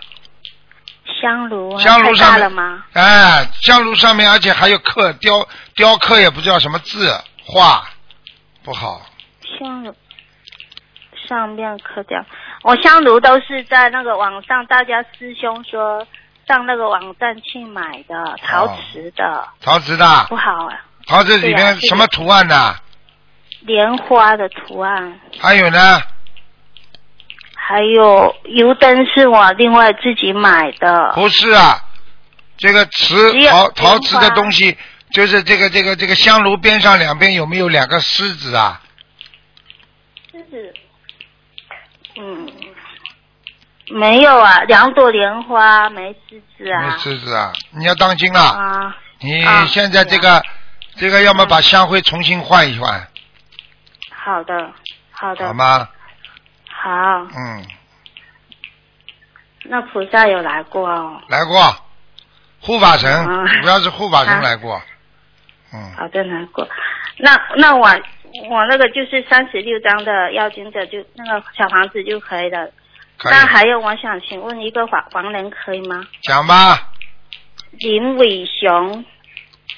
Speaker 8: 香炉啊
Speaker 1: 香炉
Speaker 8: 太
Speaker 1: 上
Speaker 8: 大
Speaker 1: 面
Speaker 8: 了吗？
Speaker 1: 哎，香炉上面而且还有刻雕雕刻，也不知道什么字画，不好。
Speaker 8: 香炉上面刻掉，我香炉都是在那个网上，大家师兄说上那个网站去买的，陶瓷的，
Speaker 1: 陶瓷的
Speaker 8: 不好啊。
Speaker 1: 桃子里
Speaker 8: 对呀
Speaker 1: 面
Speaker 8: 这个
Speaker 1: 什么图案呢？
Speaker 8: 莲花的图案，
Speaker 1: 还有呢？
Speaker 8: 还有油灯是我另外自己买的。
Speaker 1: 不是啊，这个瓷
Speaker 8: 只有
Speaker 1: 陶
Speaker 8: 莲
Speaker 1: 陶瓷的
Speaker 8: 花
Speaker 1: 东西，就是这个这个这个香炉边上两边有没有两个狮子啊？
Speaker 8: 是，嗯，没有啊，两朵莲花没狮子
Speaker 1: 没
Speaker 8: 啊。
Speaker 1: 狮子啊，你要当心了。
Speaker 8: 啊，
Speaker 1: 你
Speaker 8: 啊嗯
Speaker 1: 现在这个这个，要么把香灰重新换一换，
Speaker 8: 好的，好的，
Speaker 1: 好吗？
Speaker 8: 好
Speaker 1: 嗯，
Speaker 8: 那菩萨有来过哦。
Speaker 1: 来过，护法神
Speaker 8: 啊，
Speaker 1: 主要是护法神
Speaker 8: 啊
Speaker 1: 来过。嗯，
Speaker 8: 好的，难过。那那我我那个就是三十六章的要经者就那个小房子就可以了。
Speaker 1: 可以
Speaker 8: 那还有，我想请问一个黄黄人可以吗？
Speaker 1: 讲吧。
Speaker 8: 林伟雄，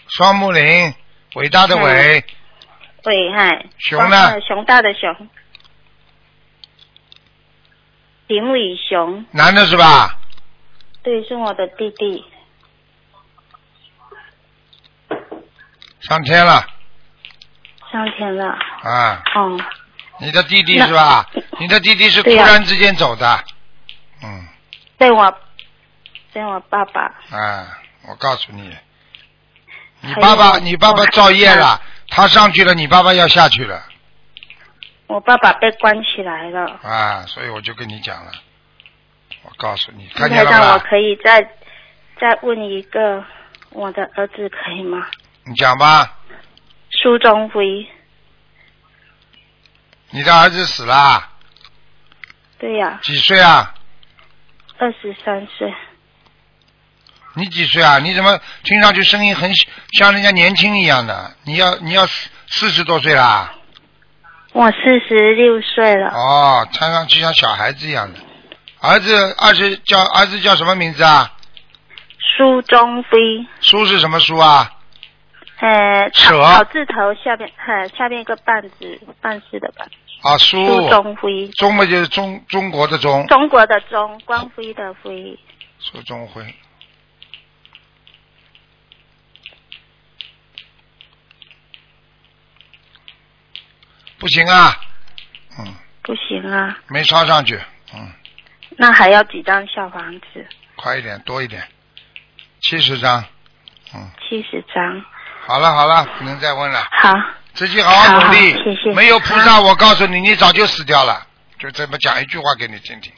Speaker 1: 双木林，伟大的
Speaker 8: 嗯
Speaker 1: 伟，
Speaker 8: 伟嗨，
Speaker 1: 熊呢
Speaker 8: 呃熊大的熊，林伟雄，
Speaker 1: 男的是吧？
Speaker 8: 对，是我的弟弟。
Speaker 1: 上天了
Speaker 8: 上天了，
Speaker 1: 啊！
Speaker 8: 哦，
Speaker 1: 你的弟弟是吧？你的弟弟是突
Speaker 8: 对呀
Speaker 1: 然之间走的，嗯
Speaker 8: 被我被我爸爸，
Speaker 1: 啊，我告诉你，你
Speaker 8: 还有
Speaker 1: 爸爸
Speaker 8: 哎我
Speaker 1: 你爸爸造业了，他上去了，你爸爸要下去了
Speaker 8: 我爸爸被关起来了。
Speaker 1: 啊，所以我就跟你讲了，我告诉你，看
Speaker 8: 台
Speaker 1: 见了
Speaker 8: 长，我
Speaker 1: 吧？
Speaker 8: 可以再再问一个我的儿子可以吗？
Speaker 1: 你讲吧，
Speaker 8: 苏中辉，
Speaker 1: 你的儿子死了，
Speaker 8: 对呀、
Speaker 1: 几岁啊？
Speaker 8: 2二十三岁，
Speaker 1: 你几岁啊？你怎么听上去声音很像人家年轻一样的？你要你要四四十多岁啦？
Speaker 8: 我四十六岁了。
Speaker 1: 哦，看上去像小孩子一样的。儿子二十叫儿子叫什么名字啊？
Speaker 8: 苏中辉，
Speaker 1: 书是什么书啊？
Speaker 8: 呃，
Speaker 1: 扯
Speaker 8: 草草字头下边，呃，下边一个半字，半字的半。
Speaker 1: 啊，
Speaker 8: 苏
Speaker 1: 书。
Speaker 8: 中辉，
Speaker 1: 中嘛就是中中国的中，
Speaker 8: 中国的中，光辉的辉，
Speaker 1: 苏中辉。不行啊，嗯，
Speaker 8: 不行啊。
Speaker 1: 没抄上去，嗯，
Speaker 8: 那还要几张小房子？
Speaker 1: 快一点，多一点，七十张，嗯，
Speaker 8: 七十张。
Speaker 1: 好了好了，不能再问了。
Speaker 8: 好，
Speaker 1: 自己好好努力，
Speaker 8: 好好谢谢
Speaker 1: 没有菩萨，我告诉你，你早就死掉了。就这么讲一句话给你听听。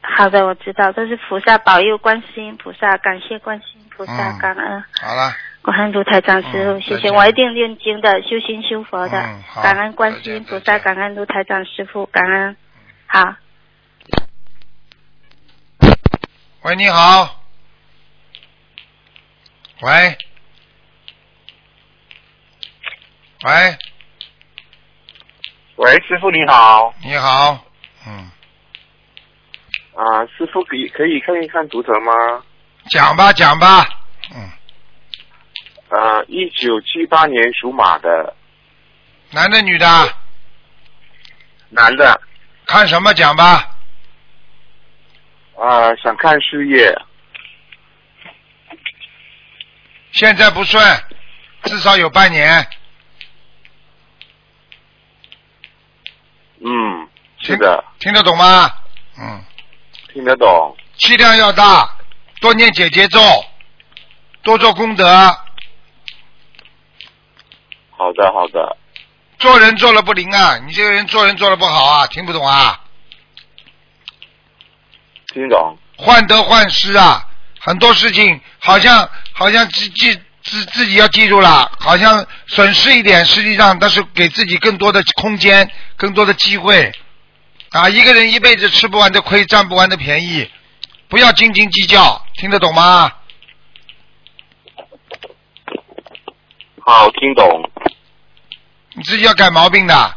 Speaker 8: 好的，我知道，这是菩萨保佑，观世音菩萨，感谢观世音菩萨，
Speaker 1: 嗯
Speaker 8: 感恩
Speaker 1: 好了，
Speaker 8: 感恩卢台长师傅，
Speaker 1: 嗯
Speaker 8: 谢
Speaker 1: 再
Speaker 8: 谢，
Speaker 1: 见
Speaker 8: 我一定念经的，修心修佛的，
Speaker 1: 嗯好
Speaker 8: 感恩观世音菩
Speaker 1: 再
Speaker 8: 萨，
Speaker 1: 见再见
Speaker 8: 感恩卢台长师傅，感恩，好，
Speaker 1: 喂，你好。喂，喂，
Speaker 9: 喂，师傅你好，
Speaker 1: 你好，嗯，
Speaker 9: 啊，师傅可以可以看一看读者吗？
Speaker 1: 讲吧讲吧，嗯，
Speaker 9: 呃，一九七八年属马的
Speaker 1: 男的女的，
Speaker 9: 男的，
Speaker 1: 看什么讲吧，
Speaker 9: 啊、想看事业，
Speaker 1: 现在不顺，至少有半年，
Speaker 9: 嗯，是的，
Speaker 1: 听得懂吗？嗯，
Speaker 9: 听得懂，
Speaker 1: 气量要大，多念姐姐咒，多做功德，
Speaker 9: 好的好的，
Speaker 1: 做人做了不灵啊，你这个人做人做的不好啊，听不懂啊，
Speaker 9: 听懂，
Speaker 1: 患得患失啊，很多事情好像好像自记自自己要记住了，好像损失一点，实际上但是给自己更多的空间，更多的机会啊，一个人一辈子吃不完的亏，占不完的便宜，不要斤斤计较，听得懂吗？
Speaker 9: 好听懂，
Speaker 1: 你自己要改毛病的。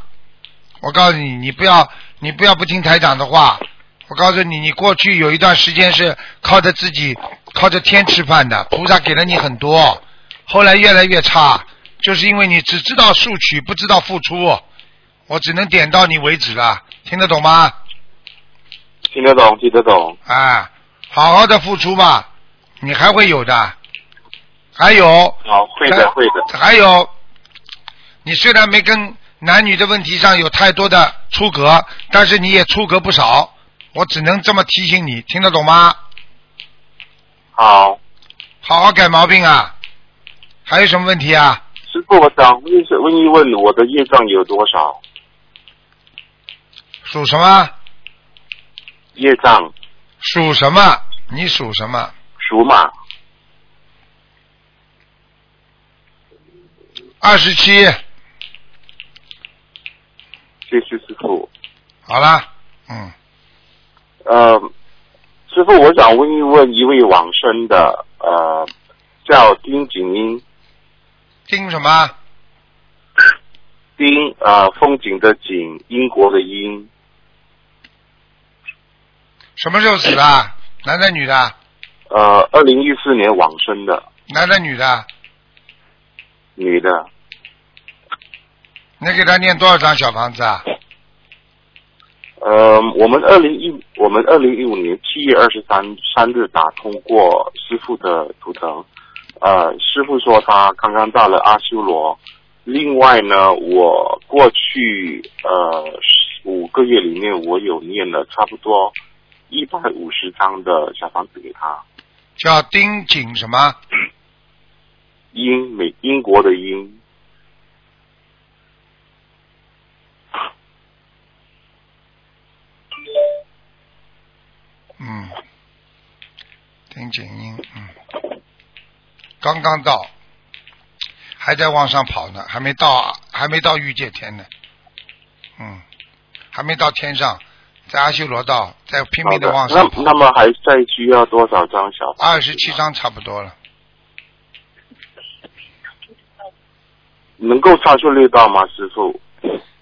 Speaker 1: 我告诉你，你不要你不要不听台长的话。我告诉你，你过去有一段时间是靠着自己靠着天吃饭的，菩萨给了你很多，后来越来越差，就是因为你只知道索取，不知道付出。我只能点到你为止了，听得懂吗？
Speaker 9: 听得懂，听得懂，
Speaker 1: 啊，好好的付出吧，你还会有的。还有，
Speaker 9: 好，会的，会的。
Speaker 1: 还有，你虽然没跟男女的问题上有太多的出格，但是你也出格不少。我只能这么提醒你，听得懂吗？
Speaker 9: 好，
Speaker 1: 好好改毛病啊！还有什么问题啊？
Speaker 9: 师傅，我想问一下问一问我的业障有多少？
Speaker 1: 属什么？
Speaker 9: 业障
Speaker 1: 属什么？你属什么？
Speaker 9: 属马，
Speaker 1: 二十七，
Speaker 9: 谢谢师傅。
Speaker 1: 好啦，嗯，
Speaker 9: 呃，师傅，我想问一问一位往生的，呃，叫丁景英，
Speaker 1: 丁什么？
Speaker 9: 丁呃风景的景，英国的英，
Speaker 1: 什么时候死的？男的女的？
Speaker 9: 呃，二零一四年往生的
Speaker 1: 男的女的？
Speaker 9: 女的，
Speaker 1: 你给他念多少张小房子啊？
Speaker 9: 呃，我们二零一我们二零一五年七月二十三三日打通过师傅的图腾，呃，师傅说他刚刚到了阿修罗。另外呢，我过去呃五个月里面，我有念了差不多一百五十张的小房子给他。
Speaker 1: 叫丁景什么？
Speaker 9: 英美英国的英，
Speaker 1: 嗯，丁景英，嗯，刚刚到，还在往上跑呢，还没到，还没到御界天呢，嗯，还没到天上，在阿修罗道，在拼
Speaker 9: 好
Speaker 1: 命的
Speaker 9: 的
Speaker 1: 往。
Speaker 9: 那
Speaker 1: 上跑，
Speaker 9: 那么还再需要多少张小房？
Speaker 1: 二十七章差不多了，
Speaker 9: 能够超出六道吗，师傅？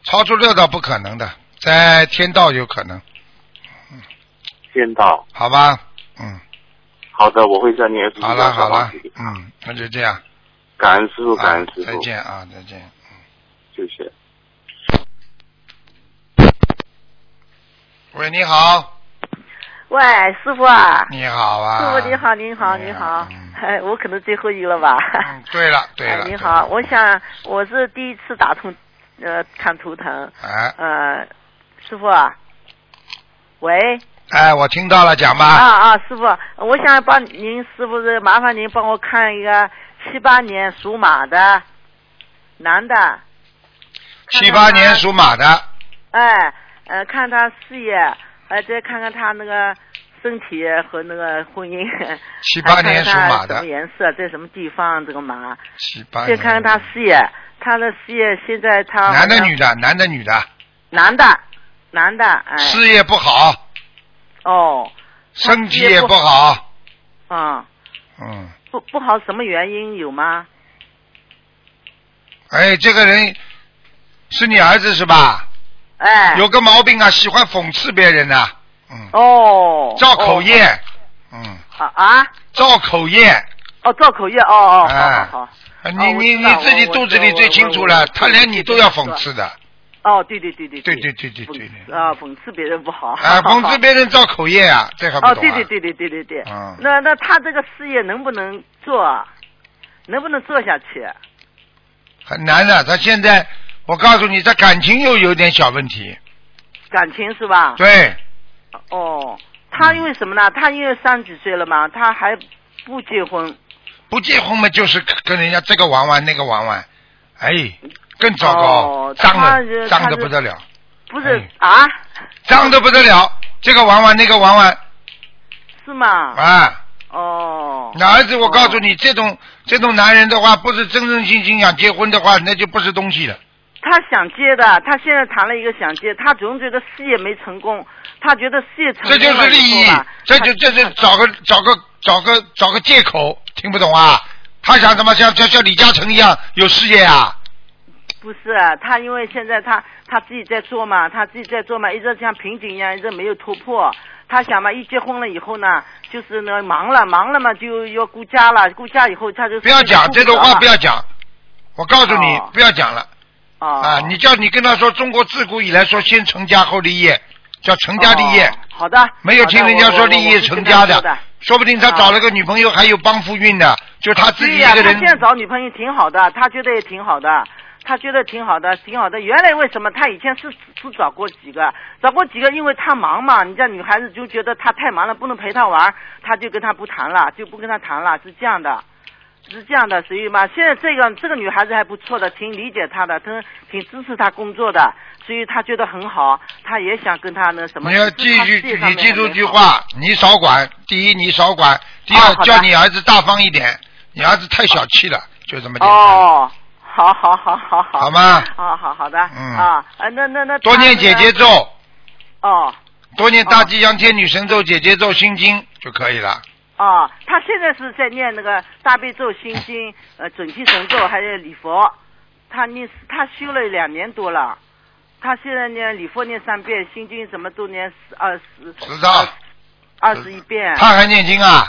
Speaker 1: 超出六道不可能的，在天道有可能，
Speaker 9: 天道。
Speaker 1: 好吧？嗯，
Speaker 9: 好的，我会在念师傅
Speaker 1: 好了
Speaker 9: 的小
Speaker 1: 好
Speaker 9: 房
Speaker 1: 了
Speaker 9: 子给，他。
Speaker 1: 嗯，那就这样，
Speaker 9: 感恩师傅，
Speaker 1: 啊
Speaker 9: 感恩师
Speaker 1: 再
Speaker 9: 傅，
Speaker 1: 见啊，再见。
Speaker 9: 谢谢。
Speaker 1: 喂，你好，
Speaker 10: 喂，师傅啊，
Speaker 1: 你好
Speaker 10: 师
Speaker 1: 啊，
Speaker 10: 傅您好，您好，您好，哎， *laughs* 我可能最后一个了吧？
Speaker 1: 对了 *laughs* 对了
Speaker 10: 哎，，您好，我想我是第一次打通，呃，看图腾，
Speaker 1: 哎
Speaker 10: 呃，师傅啊，喂，
Speaker 1: 哎，我听到了，讲吧，
Speaker 10: 啊啊，师傅，我想帮您，师傅是麻烦您帮我看一个七八年属马的男的，
Speaker 1: 七八年属马的，
Speaker 10: 哎，呃，看他事业，呃，再看看他那个身体和那个婚姻。
Speaker 1: 78年属马的
Speaker 10: 还看看他什么颜色，在什么地方？这个马。
Speaker 1: 七八
Speaker 10: 再
Speaker 1: 年，
Speaker 10: 看看他事业，他的事业现在他
Speaker 1: 男的
Speaker 10: 好像
Speaker 1: 女的，男的女的，
Speaker 10: 男的，男的，哎。
Speaker 1: 事业不好，
Speaker 10: 哦，
Speaker 1: 身体
Speaker 10: 事业
Speaker 1: 也
Speaker 10: 不
Speaker 1: 不好，
Speaker 10: 嗯，
Speaker 1: 嗯，
Speaker 10: 不不好，什么原因有吗？
Speaker 1: 哎，这个人是你儿子是吧？
Speaker 10: 哎。
Speaker 1: 有个毛病啊，喜欢讽刺别人呐、
Speaker 10: 哦。
Speaker 1: 造口业，
Speaker 10: 哦
Speaker 1: 嗯，
Speaker 10: 啊啊！
Speaker 1: 造口业，
Speaker 10: 哦，造口业，哦哦，
Speaker 1: 哎
Speaker 10: 好好好。
Speaker 1: 你
Speaker 10: 哦我
Speaker 1: 你
Speaker 10: 知道
Speaker 1: 你自己
Speaker 10: 我
Speaker 1: 肚子里
Speaker 10: 我
Speaker 1: 最
Speaker 10: 我
Speaker 1: 清楚
Speaker 10: 我
Speaker 1: 了
Speaker 10: 我，
Speaker 1: 他连你都要讽刺的，
Speaker 10: 哦，对对对对
Speaker 1: 对对对对对，
Speaker 10: 啊，讽刺别人不好。
Speaker 1: 啊，讽刺别人造口业
Speaker 10: *laughs*
Speaker 1: 啊，这还不
Speaker 10: 哦，
Speaker 1: 懂
Speaker 10: 对
Speaker 1: 啊
Speaker 10: 对？对对对对对。
Speaker 1: 嗯
Speaker 10: 那那他这个事业能不能做啊？能不能做下去？
Speaker 1: 很难的，他现在我告诉你，他感情又有点小问题，
Speaker 10: 感情是吧？。
Speaker 1: 对，
Speaker 10: 哦，他因为什么呢？他因为三十几岁了嘛，他还不结婚。
Speaker 1: 不结婚嘛就是跟人家这个玩玩那个玩玩，哎，更糟糕，
Speaker 10: 哦
Speaker 1: 脏
Speaker 10: 他是
Speaker 1: 的脏
Speaker 10: 他
Speaker 1: 的
Speaker 10: 是
Speaker 1: 不得了，
Speaker 10: 不是、啊？
Speaker 1: 脏的不得了，这个玩玩那个玩玩
Speaker 10: 是吗？
Speaker 1: 啊。
Speaker 10: 哦。
Speaker 1: 那儿子，我告诉你，这种这种男人的话，不是真真心心想结婚的话，那就不是东西了。
Speaker 10: 他想结的，他现在谈了一个想结，他总觉得事业没成功，他觉得事业成功
Speaker 1: 这
Speaker 10: 了
Speaker 1: 就是利益
Speaker 10: 以后吧，
Speaker 1: 这就这是找个找个找个找个借口，听不懂啊？他想怎么像像像李嘉诚一样有事业啊？
Speaker 10: 不是啊他，因为现在他他自己在做嘛，他自己在做嘛，一直像瓶颈一样，一直没有突破。他想嘛，一结婚了以后呢，就是呢忙了，忙了嘛就要顾家了，顾家以后他就
Speaker 1: 不要讲这种话，不要讲。我告诉你
Speaker 10: 哦，
Speaker 1: 不要讲了
Speaker 10: 啊
Speaker 1: 啊！你叫你跟他说，中国自古以来说先成家后立业，叫成家立业
Speaker 10: 哦。好的，
Speaker 1: 没有听人家
Speaker 10: 好的
Speaker 1: 说立业成家
Speaker 10: 我我我我是这么说的，
Speaker 1: 说不定他找了个女朋友还有帮夫运呢，就是他自己
Speaker 10: 对
Speaker 1: 一
Speaker 10: 呀、
Speaker 1: 个
Speaker 10: 他
Speaker 1: 人
Speaker 10: 现在找女朋友挺好的，他觉得也挺好的，他觉得挺好的，挺好的。原来为什么他以前是是找过几个，找过几个，因为他忙嘛，人家女孩子就觉得他太忙了，不能陪他玩儿，他就跟他不谈了，就不跟他谈了，是这样的。是这样的，所以嘛，现在这个这个女孩子还不错的，挺理解他的，她挺支持他工作的，所以他觉得很好，他也想跟他那什么。
Speaker 1: 你要
Speaker 10: 就是
Speaker 1: 记
Speaker 10: 他
Speaker 1: 住，
Speaker 10: 事业上
Speaker 1: 你
Speaker 10: 面
Speaker 1: 记住
Speaker 10: 也
Speaker 1: 句
Speaker 10: 好
Speaker 1: 话，你少管。第一，你少管；第
Speaker 10: 啊
Speaker 1: 二，
Speaker 10: 好的
Speaker 1: 叫你儿子大方一点。你儿子太小气了，就这么简单。
Speaker 10: 哦，好好好好好。
Speaker 1: 好吗
Speaker 10: 哦，好好的。
Speaker 1: 嗯
Speaker 10: 啊，呃那那那。
Speaker 1: 多念
Speaker 10: 他那
Speaker 1: 姐
Speaker 10: 个
Speaker 1: 姐咒，
Speaker 10: 哦
Speaker 1: 多念大吉祥天女神咒、姐姐咒、心经就可以了。
Speaker 10: 哦，他现在是在念那个大悲咒、心经、呃准提神咒，还有礼佛。他念他修了两年多了，他现在念礼佛念三遍，心经什么都念十二十呃
Speaker 1: 知道？
Speaker 10: 二十一遍。
Speaker 1: 他还念经啊？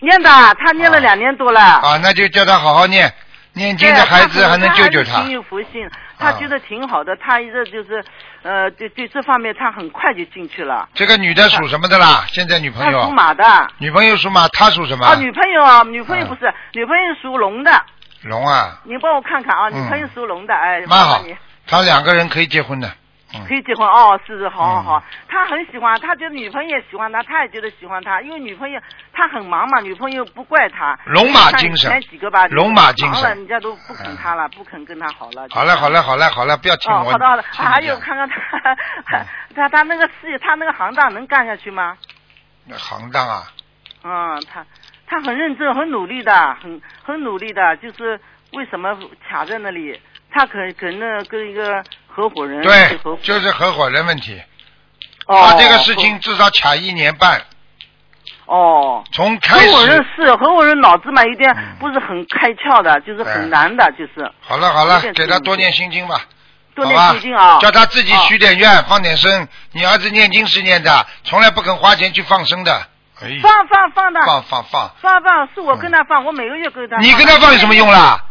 Speaker 10: 念的，他念了两年多了。
Speaker 1: 啊，那就叫他好好念，念经的
Speaker 10: 对啊
Speaker 1: 孩子
Speaker 10: 他
Speaker 1: 还能救救
Speaker 10: 他。
Speaker 1: 他啊
Speaker 10: 挺。有福性，他觉得挺好的，他一直就是，呃，对对这方面他很快就进去了。
Speaker 1: 这个女的属什么的啦？现在女朋
Speaker 10: 他
Speaker 1: 友
Speaker 10: 嗯属？马的。
Speaker 1: 女朋友属马，他属什么
Speaker 10: 啊，？女朋友啊，女
Speaker 1: 嗯
Speaker 10: 朋友不是，女朋友属龙的，
Speaker 1: 龙啊，
Speaker 10: 你帮我看看啊，
Speaker 1: 嗯
Speaker 10: 女朋友属龙的，哎，
Speaker 1: 蛮好嗯
Speaker 10: 麻烦你
Speaker 1: 他两个人可以结婚的。
Speaker 10: 可以结婚哦，是是，好好
Speaker 1: 嗯
Speaker 10: 好，他很喜欢，他觉得女朋友也喜欢他，他也觉得喜欢他，因为女朋友他很忙嘛，女朋友不怪他。
Speaker 1: 龙马精神
Speaker 10: 像以前几个吧，
Speaker 1: 龙马精神哎
Speaker 10: 忙了人家都不肯他了，不肯跟他好了。
Speaker 1: 好了好了好了好了，不要听
Speaker 10: 哦，
Speaker 1: 我。
Speaker 10: 好的好的，
Speaker 1: 听你
Speaker 10: 还有
Speaker 1: 讲
Speaker 10: 看看
Speaker 1: *laughs*
Speaker 10: 他他他那个事业，他那个行当能干下去吗？
Speaker 1: 那行当啊，
Speaker 10: 嗯，他他很认真，很努力的，很很努力的，就是为什么卡在那里？他可可能跟一个合伙人是
Speaker 1: 对
Speaker 10: 合伙，
Speaker 1: 就是合伙人问题。
Speaker 10: 哦
Speaker 1: 他这个事情至少卡一年半，
Speaker 10: 哦，
Speaker 1: 从
Speaker 10: 合
Speaker 1: 开
Speaker 10: 伙人
Speaker 1: 始。嗯
Speaker 10: 是合伙人脑子嘛，有点不是很开窍的，就是
Speaker 1: 对嗯
Speaker 10: 很难的，就是
Speaker 1: 好了好了
Speaker 10: 有，点
Speaker 1: 给他
Speaker 10: 心
Speaker 1: 多
Speaker 10: 理
Speaker 1: 念心经吧，
Speaker 10: 多
Speaker 1: 好
Speaker 10: 念
Speaker 1: 吧
Speaker 10: 心经啊，
Speaker 1: 叫他自己
Speaker 10: 哦
Speaker 1: 许点愿，放点生。你儿子念经是念的，从来不肯花钱去放生的。哎，
Speaker 10: 放啊放放的
Speaker 1: 放放放，
Speaker 10: 放放，是我跟他放，我每个月跟他放。
Speaker 1: 你跟他放有什么用啦？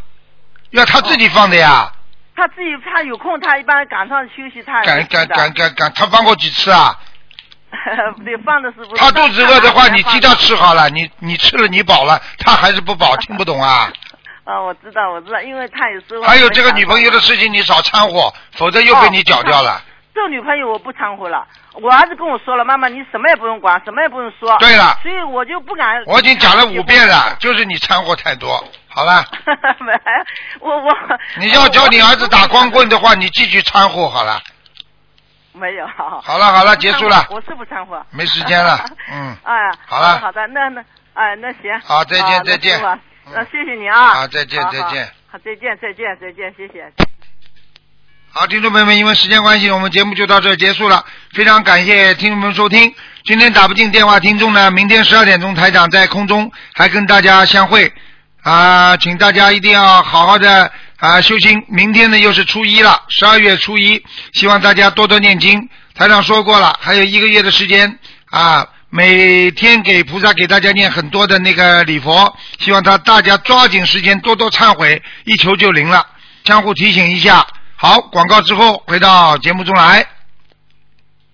Speaker 1: 要他自己放的呀，
Speaker 10: 他自己他有空，他一般赶上休息，他也
Speaker 1: 敢
Speaker 10: 哦是
Speaker 1: 敢
Speaker 10: 的
Speaker 1: 敢敢敢，他放过几次啊？
Speaker 10: *laughs* 对，放的是不是？
Speaker 1: 他啊肚子饿的话，
Speaker 10: 但
Speaker 1: 你
Speaker 10: 是他
Speaker 1: 替他吃好了，你你吃了你饱了，他还是不饱，听不懂啊？
Speaker 10: 啊，我知道，我知道，因为他也是。
Speaker 1: 还有这个女朋友的事情，你少掺和，否则又被你搅掉了。
Speaker 10: 这个女朋友我不掺和了，我儿子跟我说了，妈妈你什么也不用管，什么也不用说。
Speaker 1: 对了
Speaker 10: 所以我就不敢。
Speaker 1: 我已经讲了五遍。了，就是你掺和太多。好了，
Speaker 10: *laughs* 没，我哦我。
Speaker 1: *laughs* 你要教你儿子打光棍的话，你继续掺和好了。
Speaker 10: 没有。好
Speaker 1: 好了好了，结束了，
Speaker 10: 我是不掺和。
Speaker 1: 没时间了。嗯，
Speaker 10: 哎，
Speaker 1: 好了
Speaker 10: 好的，那那哎，那行。
Speaker 1: 好再见
Speaker 10: 啊
Speaker 1: 再见嗯
Speaker 10: 那是吧那谢谢你啊。
Speaker 1: 好再见
Speaker 10: 好
Speaker 1: 再见。
Speaker 10: 好，再见，再见，再见，谢谢。
Speaker 1: 好，听众朋友们，因为时间关系，我们节目就到这儿结束了。非常感谢听众朋友收听。今天打不进电话听众呢，明天十二点钟台长在空中还跟大家相会啊、请大家一定要好好的啊、修心。明天呢又是初一了，十二月初一，希望大家多多念经。台长说过了，还有一个月的时间啊。每天给菩萨给大家念很多的那个礼佛，希望他大家抓紧时间多多忏悔，一求就灵了。相互提醒一下。好，广告之后回到节目中来。